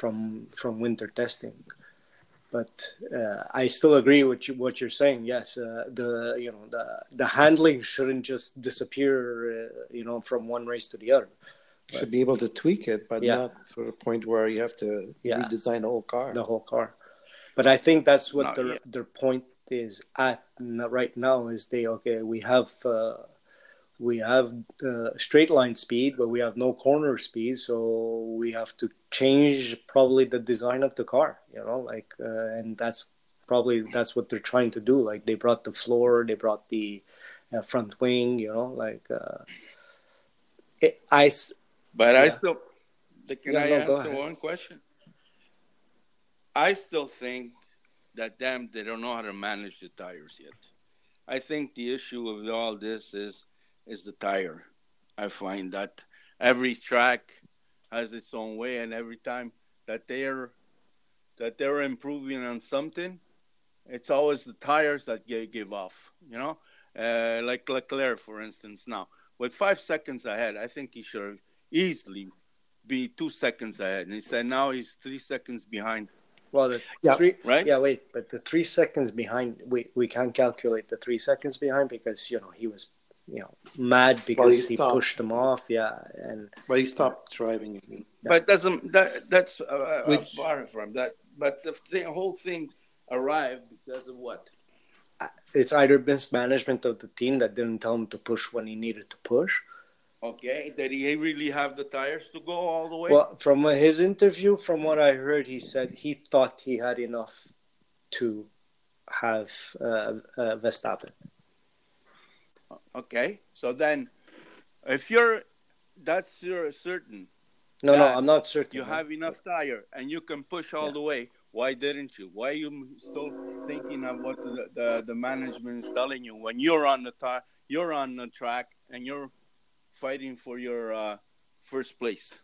A: from from winter testing. But uh, I still agree with you, what you're saying. Yes, uh, the you know the the handling shouldn't just disappear. Uh, you know, from one race to the other.
C: Should be able to tweak it, but
A: Yeah.
C: not to the point where you have to
A: Yeah.
C: redesign the whole car.
A: the whole car. But I think that's what
B: Not
A: their
B: yet.
A: their point is at n- right now is they okay we have uh, we have uh, straight line speed but we have no corner speed so we have to change probably the design of the car you know like uh, and that's probably that's what they're trying to do like they brought the floor they brought the uh, front wing you know like uh, it, I s-
B: But I
A: Yeah.
B: still, the- can
A: Yeah,
B: I
A: no, go
B: answer
A: ahead.
B: one question? I still think that them they don't know how to manage the tires yet. I think the issue of all this is is the tire. I find that every track has its own way, and every time that they're that they're improving on something, it's always the tires that gi- give off. You know, uh, like Leclerc, for instance, now with five seconds ahead, I think he should have easily be two seconds ahead. And he said now he's three seconds behind,
A: well the
C: Yeah.
A: three
B: right?
A: Yeah, wait, but the three seconds behind, we, we can't calculate the three seconds behind because you know he was you know mad because
C: he
A: he
C: stopped.
A: pushed them off. Yeah, and
C: But he stopped driving. I mean.
B: But doesn't that that's uh,
C: Which-
B: Which... far from that? But the thing, whole thing arrived because of what?
A: it's either mismanagement of the team that didn't tell him to push when he needed to push.
B: Okay, did he really have the tires to go all the way?
A: Well, from his interview, from what I heard, he said he thought he had enough to have uh, uh, Verstappen.
B: okay, so then, if you're that's your certain
A: No, no,
B: Yeah.
A: I'm not certain.
B: you
A: huh?
B: have enough tire and you can push
A: Uh-huh.
B: all
A: Yeah.
B: the way. Why didn't you? Why you still thinking of what the, the, the management is telling you when you're on the tire, you're on the track, and you're fighting for your uh, first place?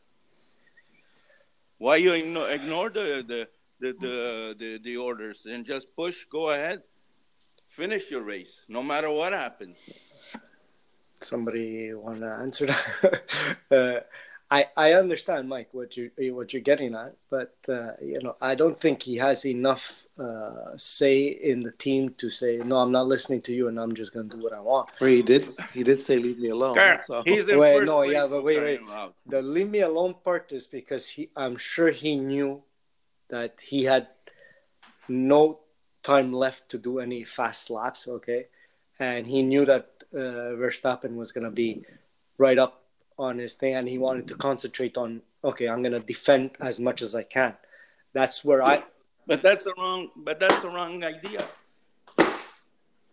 B: Why you ignore, ignore the, the, the, the, the the orders and just push? Go ahead, finish your race, no matter what happens.
A: somebody want to answer that? <laughs> uh, I I understand, Mike, what you what you're getting at, but uh, you know, I don't think he has enough uh, say in the team to say no. I'm not listening to you, and I'm just going to do what I want.
C: Or he did. He did say, "Leave me alone."
B: Car-
C: So
B: He's in
A: Wait,
B: first
A: no,
B: place
A: yeah, but
B: for
A: wait,
B: crying
A: wait.
B: out.
A: The leave me alone part is because he, I'm sure he knew that he had no time left to do any fast laps, okay? And he knew that uh, Verstappen was going to be right up on his thing and he wanted to concentrate on, okay, I'm going to defend as much as I can. That's where I,
B: But that's the wrong. But that's the wrong idea.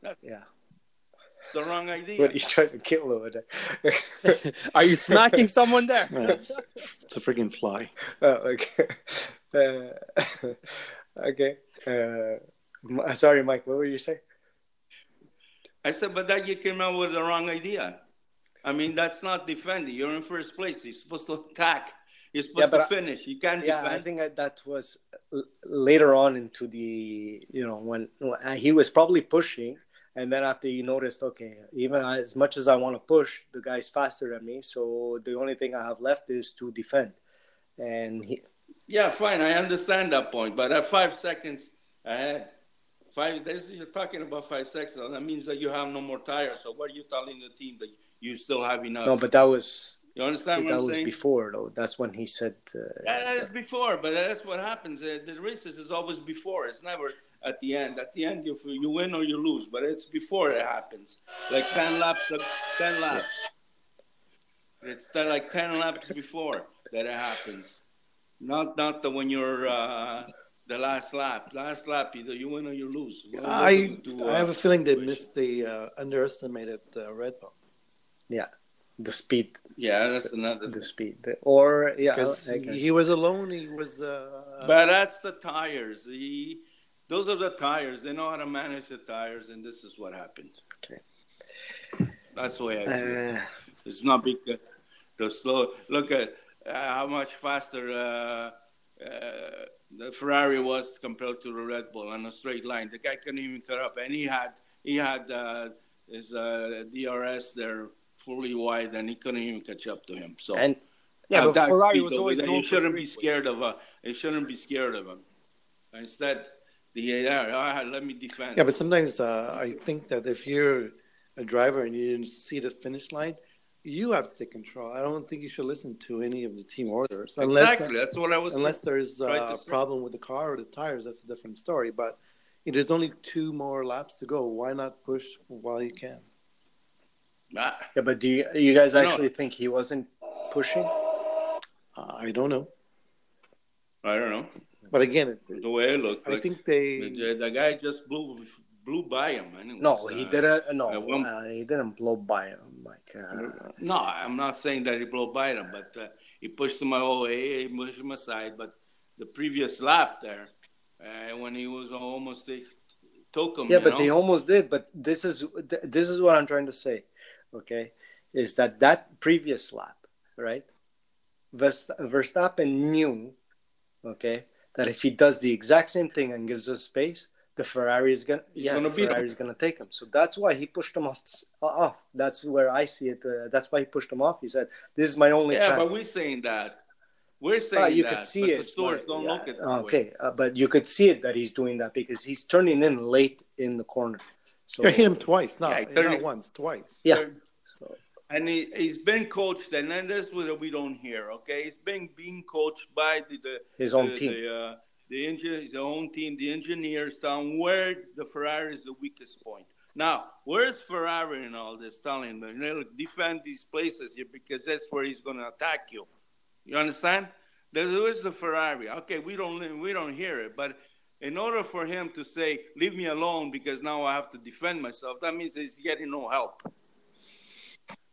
B: That's
A: yeah,
B: the wrong idea.
A: what he's trying to kill over there. <laughs>
D: Are you <laughs> smacking someone there?
C: <laughs> Yeah, it's, it's a freaking fly.
A: oh, okay. Uh, <laughs> okay. Uh, m- sorry, Mike, what were you saying?
B: I said, but that you came out with the wrong idea. I mean, that's not defending. You're in first place. You're supposed to attack. You're supposed
A: but
B: to
A: I-
B: finish. You can't
A: yeah, I
B: defend.
A: think that, that was l- later on into the you know when, when uh, he was probably pushing, and then after he noticed, okay, even I- as much as I want to push, the guy's faster than me, so the only thing I have left is to defend, and he,
B: yeah, fine. I understand that point. But at five seconds ahead, five. This you're talking about five seconds. and That means that you have no more tires. So what are you telling the team that you still have enough?
A: no, but that was
B: you understand what
A: that
B: I'm
A: was
B: saying?
A: before though. That's when he said, uh,
B: Yeah, that is before, but that's what happens. Uh, the races is always before. It's never at the end. At the end, you you win or you lose, but it's before it happens. Like ten laps, ag- ten laps. It's ten- like ten laps before that it happens. Not not the when you're uh, the last lap. Last lap, either you win or you lose. What- what
C: I
B: do you do,
C: I have
B: uh,
C: a feeling they
B: which-
C: missed the uh, underestimated uh, Red Bull
A: yeah, the speed,
B: Yeah, that's another.
A: the speed, or yeah,
C: because
A: I- I guess.
C: he was alone. He was. Uh,
B: But that's the tires. He, those are the tires. They know how to manage the tires, and this is what happened.
A: Okay.
B: That's the way I see it.
A: Uh,
B: It's not because the slow. Look at uh, how much faster uh, uh, the Ferrari was compared to the Red Bull on a straight line. The guy couldn't even cut up, and he had he had uh, his uh, DRS there fully wide, and he couldn't even catch up to him. So
A: and
D: Yeah,
B: at
D: but
B: that
D: Ferrari
B: speed
D: was
B: over
D: always
B: there,
D: known
B: You
D: for
B: shouldn't be
D: street
B: scared of. Uh, you shouldn't be scared of him. Instead, the yeah, all right, let me defend.
C: yeah, but sometimes uh, I think that if you're a driver and you didn't see the finish line, you have to take control. I don't think you should listen to any of the team orders unless uh,
B: exactly. That's what I was.
C: unless there's
B: Right,
C: uh,
B: this-
C: a problem with the car or the tires, that's a different story. But it is only two more laps to go. Why not push while you can?
B: Ah,
A: yeah, but do you, you guys
B: No.
A: actually think he wasn't pushing?
C: Uh, I don't know.
B: I don't know
C: But again, it,
B: the way it looked.
C: I
B: like-
C: think they.
B: The, the guy just blew blew by him. And it
A: No,
B: was,
A: he
B: uh,
A: didn't. No,
B: at one-
A: uh, he didn't blow by him, Mike. Uh,
B: No, I'm not saying that he blew by him, but uh, he pushed him away, he pushed him aside. But the previous lap there, uh, when he was almost they took him.
A: yeah,
B: Mm-hmm. you
A: but
B: know?
A: they almost did. But this is th- this is what I'm trying to say. Okay, is that that previous lap, right? Verst- Verstappen knew, okay, that if he does the exact same thing and gives him space, the Ferrari is gonna
B: He's
A: yeah,
B: gonna
A: the
B: beat him.
A: Ferrari's gonna take him. So that's why he pushed him off. off. That's where I see it. Uh, that's why he pushed him off. He said, "This is my only
B: yeah,
A: chance."
B: but we're saying that. We're saying
A: Ah, you
B: that,
A: could see
B: but
A: it.
B: the stores
A: but-
B: don't
A: yeah,
B: look at that way.
A: Okay, uh, but you could see it that he's doing that because he's turning in late in the corner. So
C: Yeah, hit him twice. No,
B: Yeah, he
C: not
B: turned it-
C: once, twice.
A: Yeah.
B: Turn-
A: So
B: And he, he's been coached, and then that's what we don't hear, okay? He's been being coached by the, the
A: his own
B: the,
A: team.
B: The, uh, the engine, his own team, the engineers down where the Ferrari is the weakest point. Now, where's Ferrari in all this? Telling him, you know, look, defend these places here because that's where he's going to attack you. You understand? There's always the Ferrari. Okay, we don't we don't hear it, but in order for him to say, "Leave me alone," because now I have to defend myself, that means he's getting no help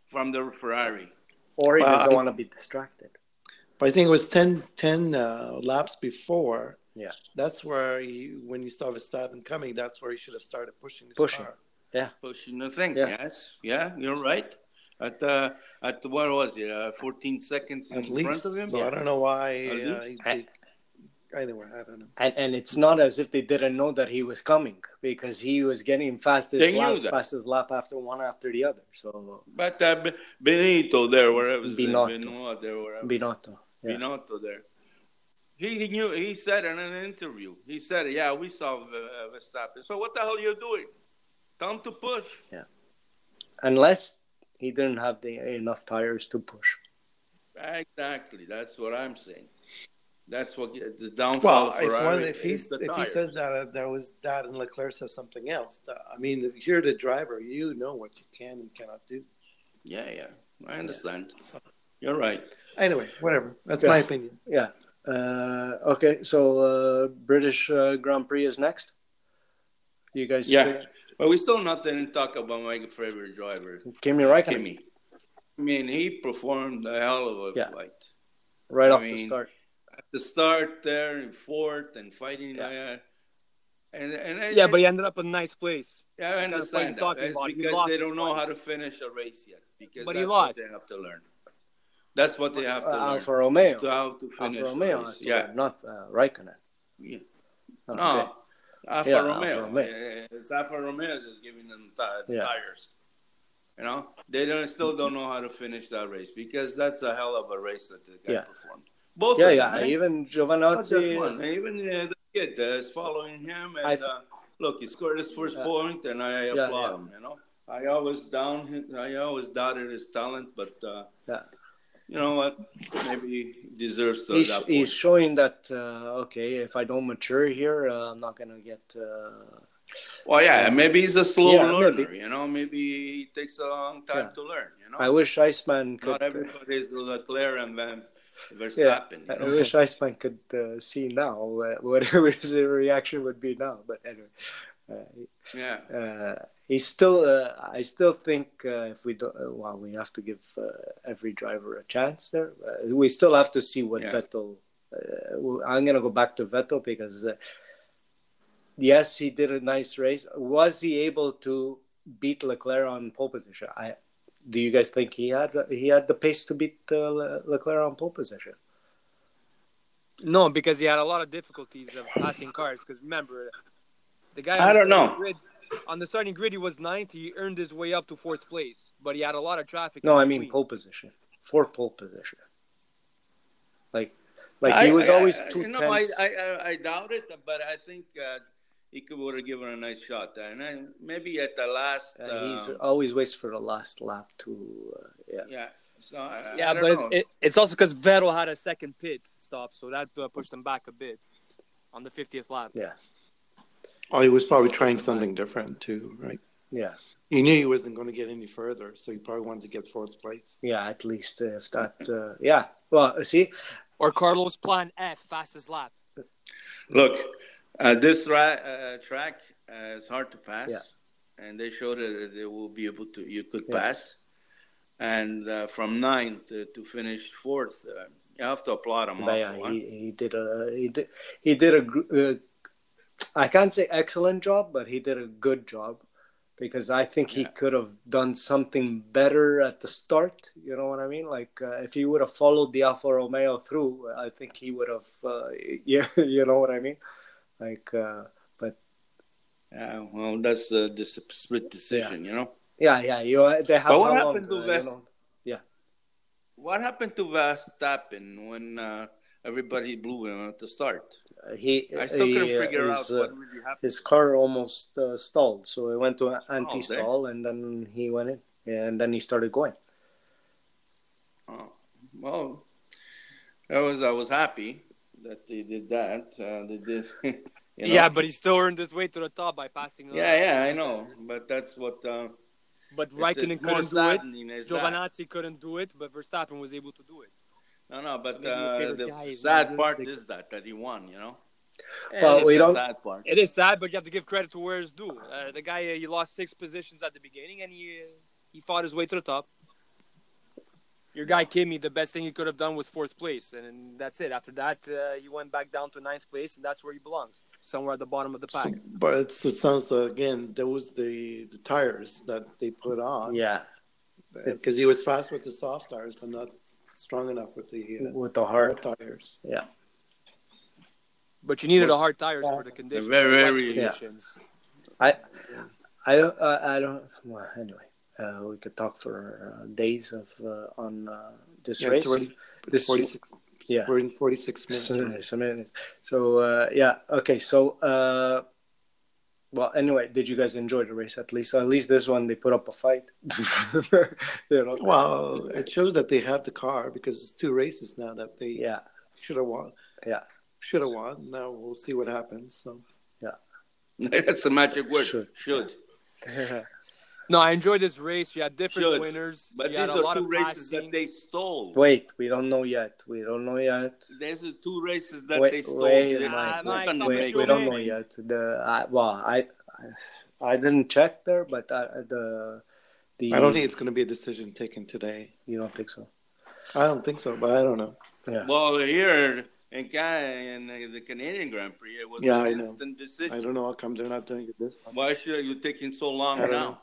B: from the Ferrari.
A: or he
C: Well,
A: doesn't
C: I-
A: want to be distracted.
C: But I think it was 10, 10 uh, laps before.
A: Yeah.
C: That's where he, when you saw Verstappen coming, that's where he should have started pushing his
A: Pushing.
C: car.
B: pushing the thing.
A: Yeah.
B: Yes, yeah, you're right. At uh, at what was it? Uh, 14 seconds in
C: At
B: front
C: least.
B: of him.
C: So I don't know why.
B: At
C: Uh,
B: least.
C: he- anyway, I don't know.
A: And and it's not as if they didn't know that he was coming because he was getting
B: They
A: fastest
B: knew
A: lap,
B: that.
A: fastest lap after one after the other. So
B: But uh, Be- Benito there, wherever his name-
A: Binotto.
B: Benoit there, wherever
A: Binotto. Yeah.
B: Binotto there. He, he knew. He said in an interview. He said, "Yeah, we saw uh, Verstappen. So what the hell you doing? Tell him to push."
A: Unless he didn't have the, enough tires to push.
B: Exactly. That's what I'm saying. That's what get- the downfall.
C: Well,
B: of
C: if,
B: Ferrari
C: one, if, he,
B: is the
C: if he
B: tires.
C: says that, uh, that was that, and Leclerc says something else, uh, I mean, if you're the driver, you know what you can and cannot do.
B: "Yeah, yeah, I understand. You're right."
C: Anyway, whatever. That's
A: Yeah.
C: my opinion.
A: Yeah. Uh, okay, so uh, British uh, Grand Prix is next. You guys,
B: Yeah, but we still not didn't talk about my favorite driver,
A: Kimi Räikkönen
B: Kimmy. I mean, he performed a hell of a
A: Yeah.
B: fight
A: right
B: I
A: off the
B: mean,
A: start.
B: at the start there in fourth and fighting.
A: Yeah.
B: uh, and and I,
D: Yeah, but he ended up in ninth place.
B: I
D: what you're
B: understand that.
D: talking
B: That's
D: about. He
B: because
D: lost
B: they
D: his
B: don't know
D: fight.
B: how to finish a race yet. Because
D: But he
B: that's
D: lost.
B: what they have to learn. That's what they have to
A: Uh,
B: learn.
A: Alfa
B: is
A: Romeo,
B: to how to finish
A: Alfa
B: a
A: Romeo,
B: race.
A: Alfa
B: Yeah.
A: Romeo, not uh, Raikkonen.
B: yeah.
A: Oh,
B: No.
A: okay.
B: Alfa
A: Yeah,
B: Romeo.
A: Alfa Romeo.
B: Uh, It's Alfa Romeo just giving them ti- the
A: Yeah.
B: tires. You know, they don't still don't know how to finish that race because that's a hell of a race that the guy
A: Yeah.
B: performed. Both
A: Yeah,
B: of
A: yeah.
B: them. eh?
A: Even
B: Not just
A: Giovanazzi.
B: one. Even uh, the kid that is following him, and
A: I th-
B: uh, look, he scored his first
A: Yeah.
B: point, and I
A: Yeah,
B: applaud
A: yeah.
B: him. You know, I always down, him- I always doubted his talent, but uh,
A: Yeah.
B: you know what? Maybe he deserves to
A: He's,
B: that point.
A: he's showing that uh, okay, if I don't mature here, uh, I'm not gonna get. Uh,
B: Well, yeah, maybe he's a slow
A: Yeah,
B: learner.
A: maybe.
B: You know, maybe it takes a long time
A: Yeah.
B: to learn. You know,
A: I wish Iceman could.
B: not everybody is Leclerc and Van
A: yeah,
B: Verstappen.
A: <laughs> I
B: You know?
A: wish Iceman could uh, see now uh, <laughs> what his reaction would be now. But anyway, uh,
B: yeah.
A: uh, he's still. Uh, I still think uh, if we don't, uh, well, we have to give uh, every driver a chance there. Uh, we still have to see what
B: Yeah.
A: Vettel. Uh, I'm gonna go back to Vettel because uh, yes, he did a nice race. Was he able to beat Leclerc on pole position? I. Do you guys think he had he had the pace to beat uh, Le- Leclerc on pole position?
D: No, because he had a lot of difficulties of passing cars. Because remember, the guy. on
B: I
D: the
B: don't
D: starting
B: know.
D: Grid, on the starting grid, he was ninth. He earned his way up to fourth place, but he had a lot of traffic.
A: No,
D: in
A: I mean
D: between.
A: pole position for pole position. Like, like he
B: I-
A: was
B: I-
A: always
B: I-
A: two
B: You know, I,
A: tenths.
B: I, I, I doubt it, but I think uh, he could would have given a nice shot. And I, maybe at the last,
A: Uh, he's
B: um,
A: always waits for the last lap to. Uh, yeah.
B: yeah. So I, I
D: Yeah,
B: don't
D: but it's,
B: know.
D: it, it's also because Vettel had a second pit stop, so that uh, pushed him back a bit on the 50th lap.
C: Oh, he was probably trying something different too, right?
A: yeah,
C: He knew he wasn't going to get any further, so he probably wanted to get fourth place.
A: yeah. At least if that.
B: <laughs>
A: Uh, yeah. Well, see,
D: Or Carlos Plan F, fastest lap.
B: Look, uh, this ra- uh, track uh, is hard to pass,
A: Yeah.
B: and they showed it that they will be able to. You could
A: Yeah.
B: pass, and uh, from ninth uh, to finish fourth, uh, you have to applaud him.
A: but, yeah,
B: also, huh?
A: he, he did a he did he did a. gr- Uh, I can't say excellent job, but he did a good job because I think he
B: Yeah.
A: could have done something better at the start. You know what I mean? Like uh, if he would have followed the Alfa Romeo through, I think he would have. Uh, <laughs> yeah, you know what I mean? Like, uh, but
B: Yeah, well, that's a dis- split decision, you know.
A: yeah, yeah. You they have.
B: But
A: how
B: what
A: long,
B: happened to
A: uh, you
B: Vest-
A: know?
B: What happened to Verstappen when uh, everybody blew him at the start?
A: he
B: I still couldn't
A: he, uh,
B: figure
A: his,
B: out
A: uh,
B: what really happened. Oh,
A: his car almost uh, stalled so it went to an
B: there.
A: anti-stall and then he went in and then he started going.
B: Oh, well, I was I was happy that they did that. Uh, they did. <laughs> you know?
D: Yeah, but he still earned his way to the top by passing. uh,
B: yeah, yeah, I know, but that's what. Uh,
D: But
B: it's-
D: Raikkonen
B: it's more
D: couldn't do it.
B: saddening is that-
D: Giovanazzi couldn't do it, but Verstappen was able to do it.
B: No, no, but
D: I mean, your
B: uh,
D: favorite
B: the
D: guy is
B: sad
D: Mario
B: part
D: Dick.
B: is that that he won. You know.
A: Well,
B: It's
A: we
B: a
A: don't-
B: Sad part. <laughs>
D: It is sad, but you have to give credit to where it's due. Uh, the guy, uh, he lost six positions at the beginning, and he uh, he fought his way to the top. Your guy Kimi, the best thing he could have done was fourth place, and, and that's it. After that, uh, he went back down to ninth place, and that's where he belongs, somewhere at the bottom of the pack.
C: So, but it's, it sounds like, again, there was the, the tires that they put on
A: Yeah,
C: because he was fast with the soft tires, but not strong enough with the uh,
A: with the
C: hard
A: heart.
C: tires.
A: Yeah,
D: But you needed a hard tires for the conditions.
B: very,
D: the wet
B: very-
A: Yeah.
D: conditions.
A: I, I don't, uh, I don't. Well, anyway, uh, we could talk for uh, days of uh, on uh, this
C: Yeah,
A: race.
C: it's already
A: This-
C: it's 46,
A: yeah, <laughs>
C: we're in 46 minutes.
A: so, so minutes. So uh, yeah, okay. So uh, well, anyway, did you guys enjoy the race? At least, at least this one they put up a fight. <laughs> you know.
C: Well, it shows that they have the car because it's two races now that they
A: Yeah, <laughs>
C: should have won.
A: yeah,
C: Should have won. Now we'll see what happens. So
B: That's the magic word.
A: Should.
B: Should.
D: No, I enjoyed this race. You had different
B: Should.
D: winners.
B: But
D: you had
B: these
D: a
B: are
D: lot
B: two
D: of
B: races
D: passing.
B: that they stole.
A: Wait, we don't know yet. We don't know yet.
B: These are two races that
A: wait,
B: they stole.
A: wait,
B: They-
D: Ah,
A: Mike,
D: Mike,
A: wait,
D: stop
A: wait, we
D: assuming.
A: don't know yet. The I, well, I, I, I didn't check there, but I, the the
C: I don't think it's going to be a decision taken today.
A: you don't think so.
C: I don't think so, but I don't know.
B: Well, here in, Can- in uh, the Canadian Grand Prix, it was
C: Yeah, I
B: an
C: know.
B: instant
C: I
B: decision.
C: don't know how come they're not doing it this one.
B: Why should you taking so long
C: I don't
B: now?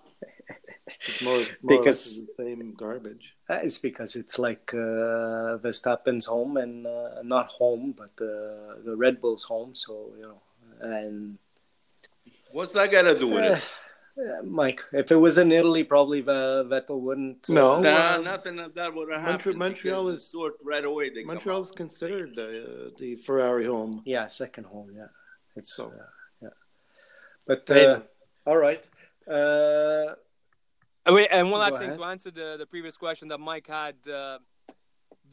C: It's more, more
A: Because-
C: or less the same garbage.
A: Uh, It's because it's like uh, Verstappen's home and uh, not home, but uh, the Red Bull's home. So you know, and
B: What's that got to do with
A: uh,
B: it?
A: uh, Mike, if it was in Italy, probably uh, Vettel wouldn't. uh,
C: No.
B: Nah,
C: well,
B: nothing of that would have
C: Oh, Montreal-
B: happened.
C: Montreal
B: because
C: is-
B: Stewart right away. They come out.
C: Montreal's considered the uh, the Ferrari home.
A: yeah, second home. Yeah, it's
C: So-
A: uh, yeah. But uh,
C: Anyway.
A: all right. Uh,
D: Uh, Wait, and one
A: Go
D: last thing
A: ahead.
D: to answer the, the previous question that Mike had. Uh,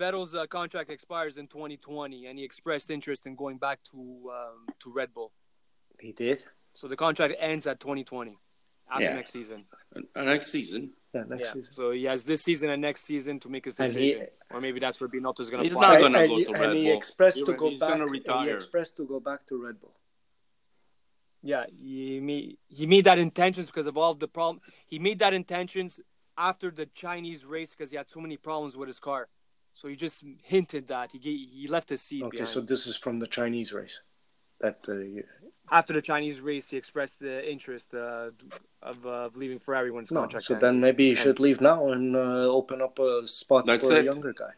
D: Vettel's uh, contract expires in 2020, and he expressed interest in going back to um, to Red Bull.
A: he did.
D: So the contract ends at 2020 after
B: Yeah.
D: next season.
B: Uh, next season.
A: Yeah, next
D: Yeah.
A: season.
D: So he has this season and next season to make his
A: And he-
D: decision, or maybe that's where Binotto's going to.
B: He's not
A: And-
B: gonna
A: and
B: go
A: he-
B: to
A: and
B: Red
A: he
B: Bull.
A: expressed to
B: He-
A: go
B: he's
A: back.
B: gonna
A: He
B: retire.
A: expressed to go back to Red Bull.
D: Yeah, he made he made that intentions because of all the problem. He made that intentions after the Chinese race because he had so many problems with his car. So he just hinted that he ga- he left his seat.
A: Okay,
D: behind.
A: so this is from the Chinese race. That uh, you-
D: after the Chinese race, he expressed the interest uh, of, uh, of leaving Ferrari when his
A: no,
D: contract
A: so
D: ends.
A: then maybe you should
D: ends.
A: leave now and uh, open up a spot
B: That's
A: for a
B: it.
A: younger guy.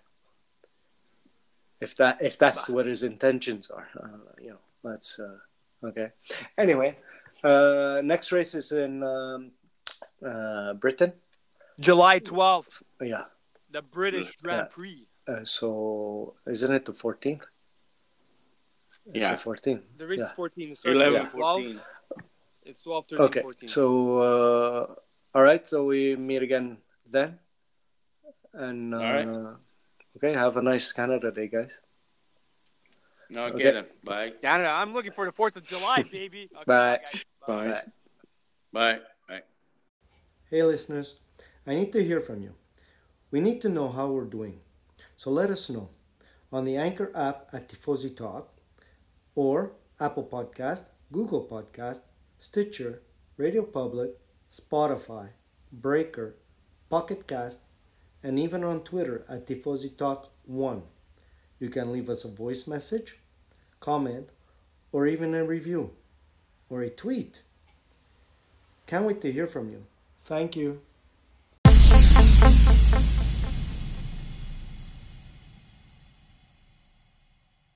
A: If that if that's what his intentions are, uh, you know, that's uh, okay. Anyway, uh, next race is in um, uh, Britain.
D: July 12th,
A: Yeah,
D: the British Grand
A: Yeah.
D: Prix.
A: uh, so isn't it the fourteenth?
B: Yeah.
A: it's the fourteenth.
D: The race
A: Yeah.
D: is 14. It starts
B: 11,
D: at 12.
B: 14.
D: It's 12, 13,
A: Okay,
D: 14.
A: so uh, all right, so we meet again then, and uh,
B: right.
A: okay, have a nice Canada Day, guys.
B: No,
A: Okay.
B: okay. get him. Bye.
D: Canada, I'm looking for the 4th of
A: <laughs>
D: July, baby. Okay,
A: Bye.
D: guys.
C: Bye.
A: Bye.
B: Bye. Bye.
F: Hey, listeners, I need to hear from you. We need to know how we're doing. So let us know on the Anchor app at Tifosi Talk or Apple Podcast, Google Podcast, Stitcher, Radio Public, Spotify, Breaker, Pocket Cast, and even on Twitter at Tifosi Talk 1. You can leave us a voice message, comment, or even a review or a tweet. Can't wait to hear from you. Thank you.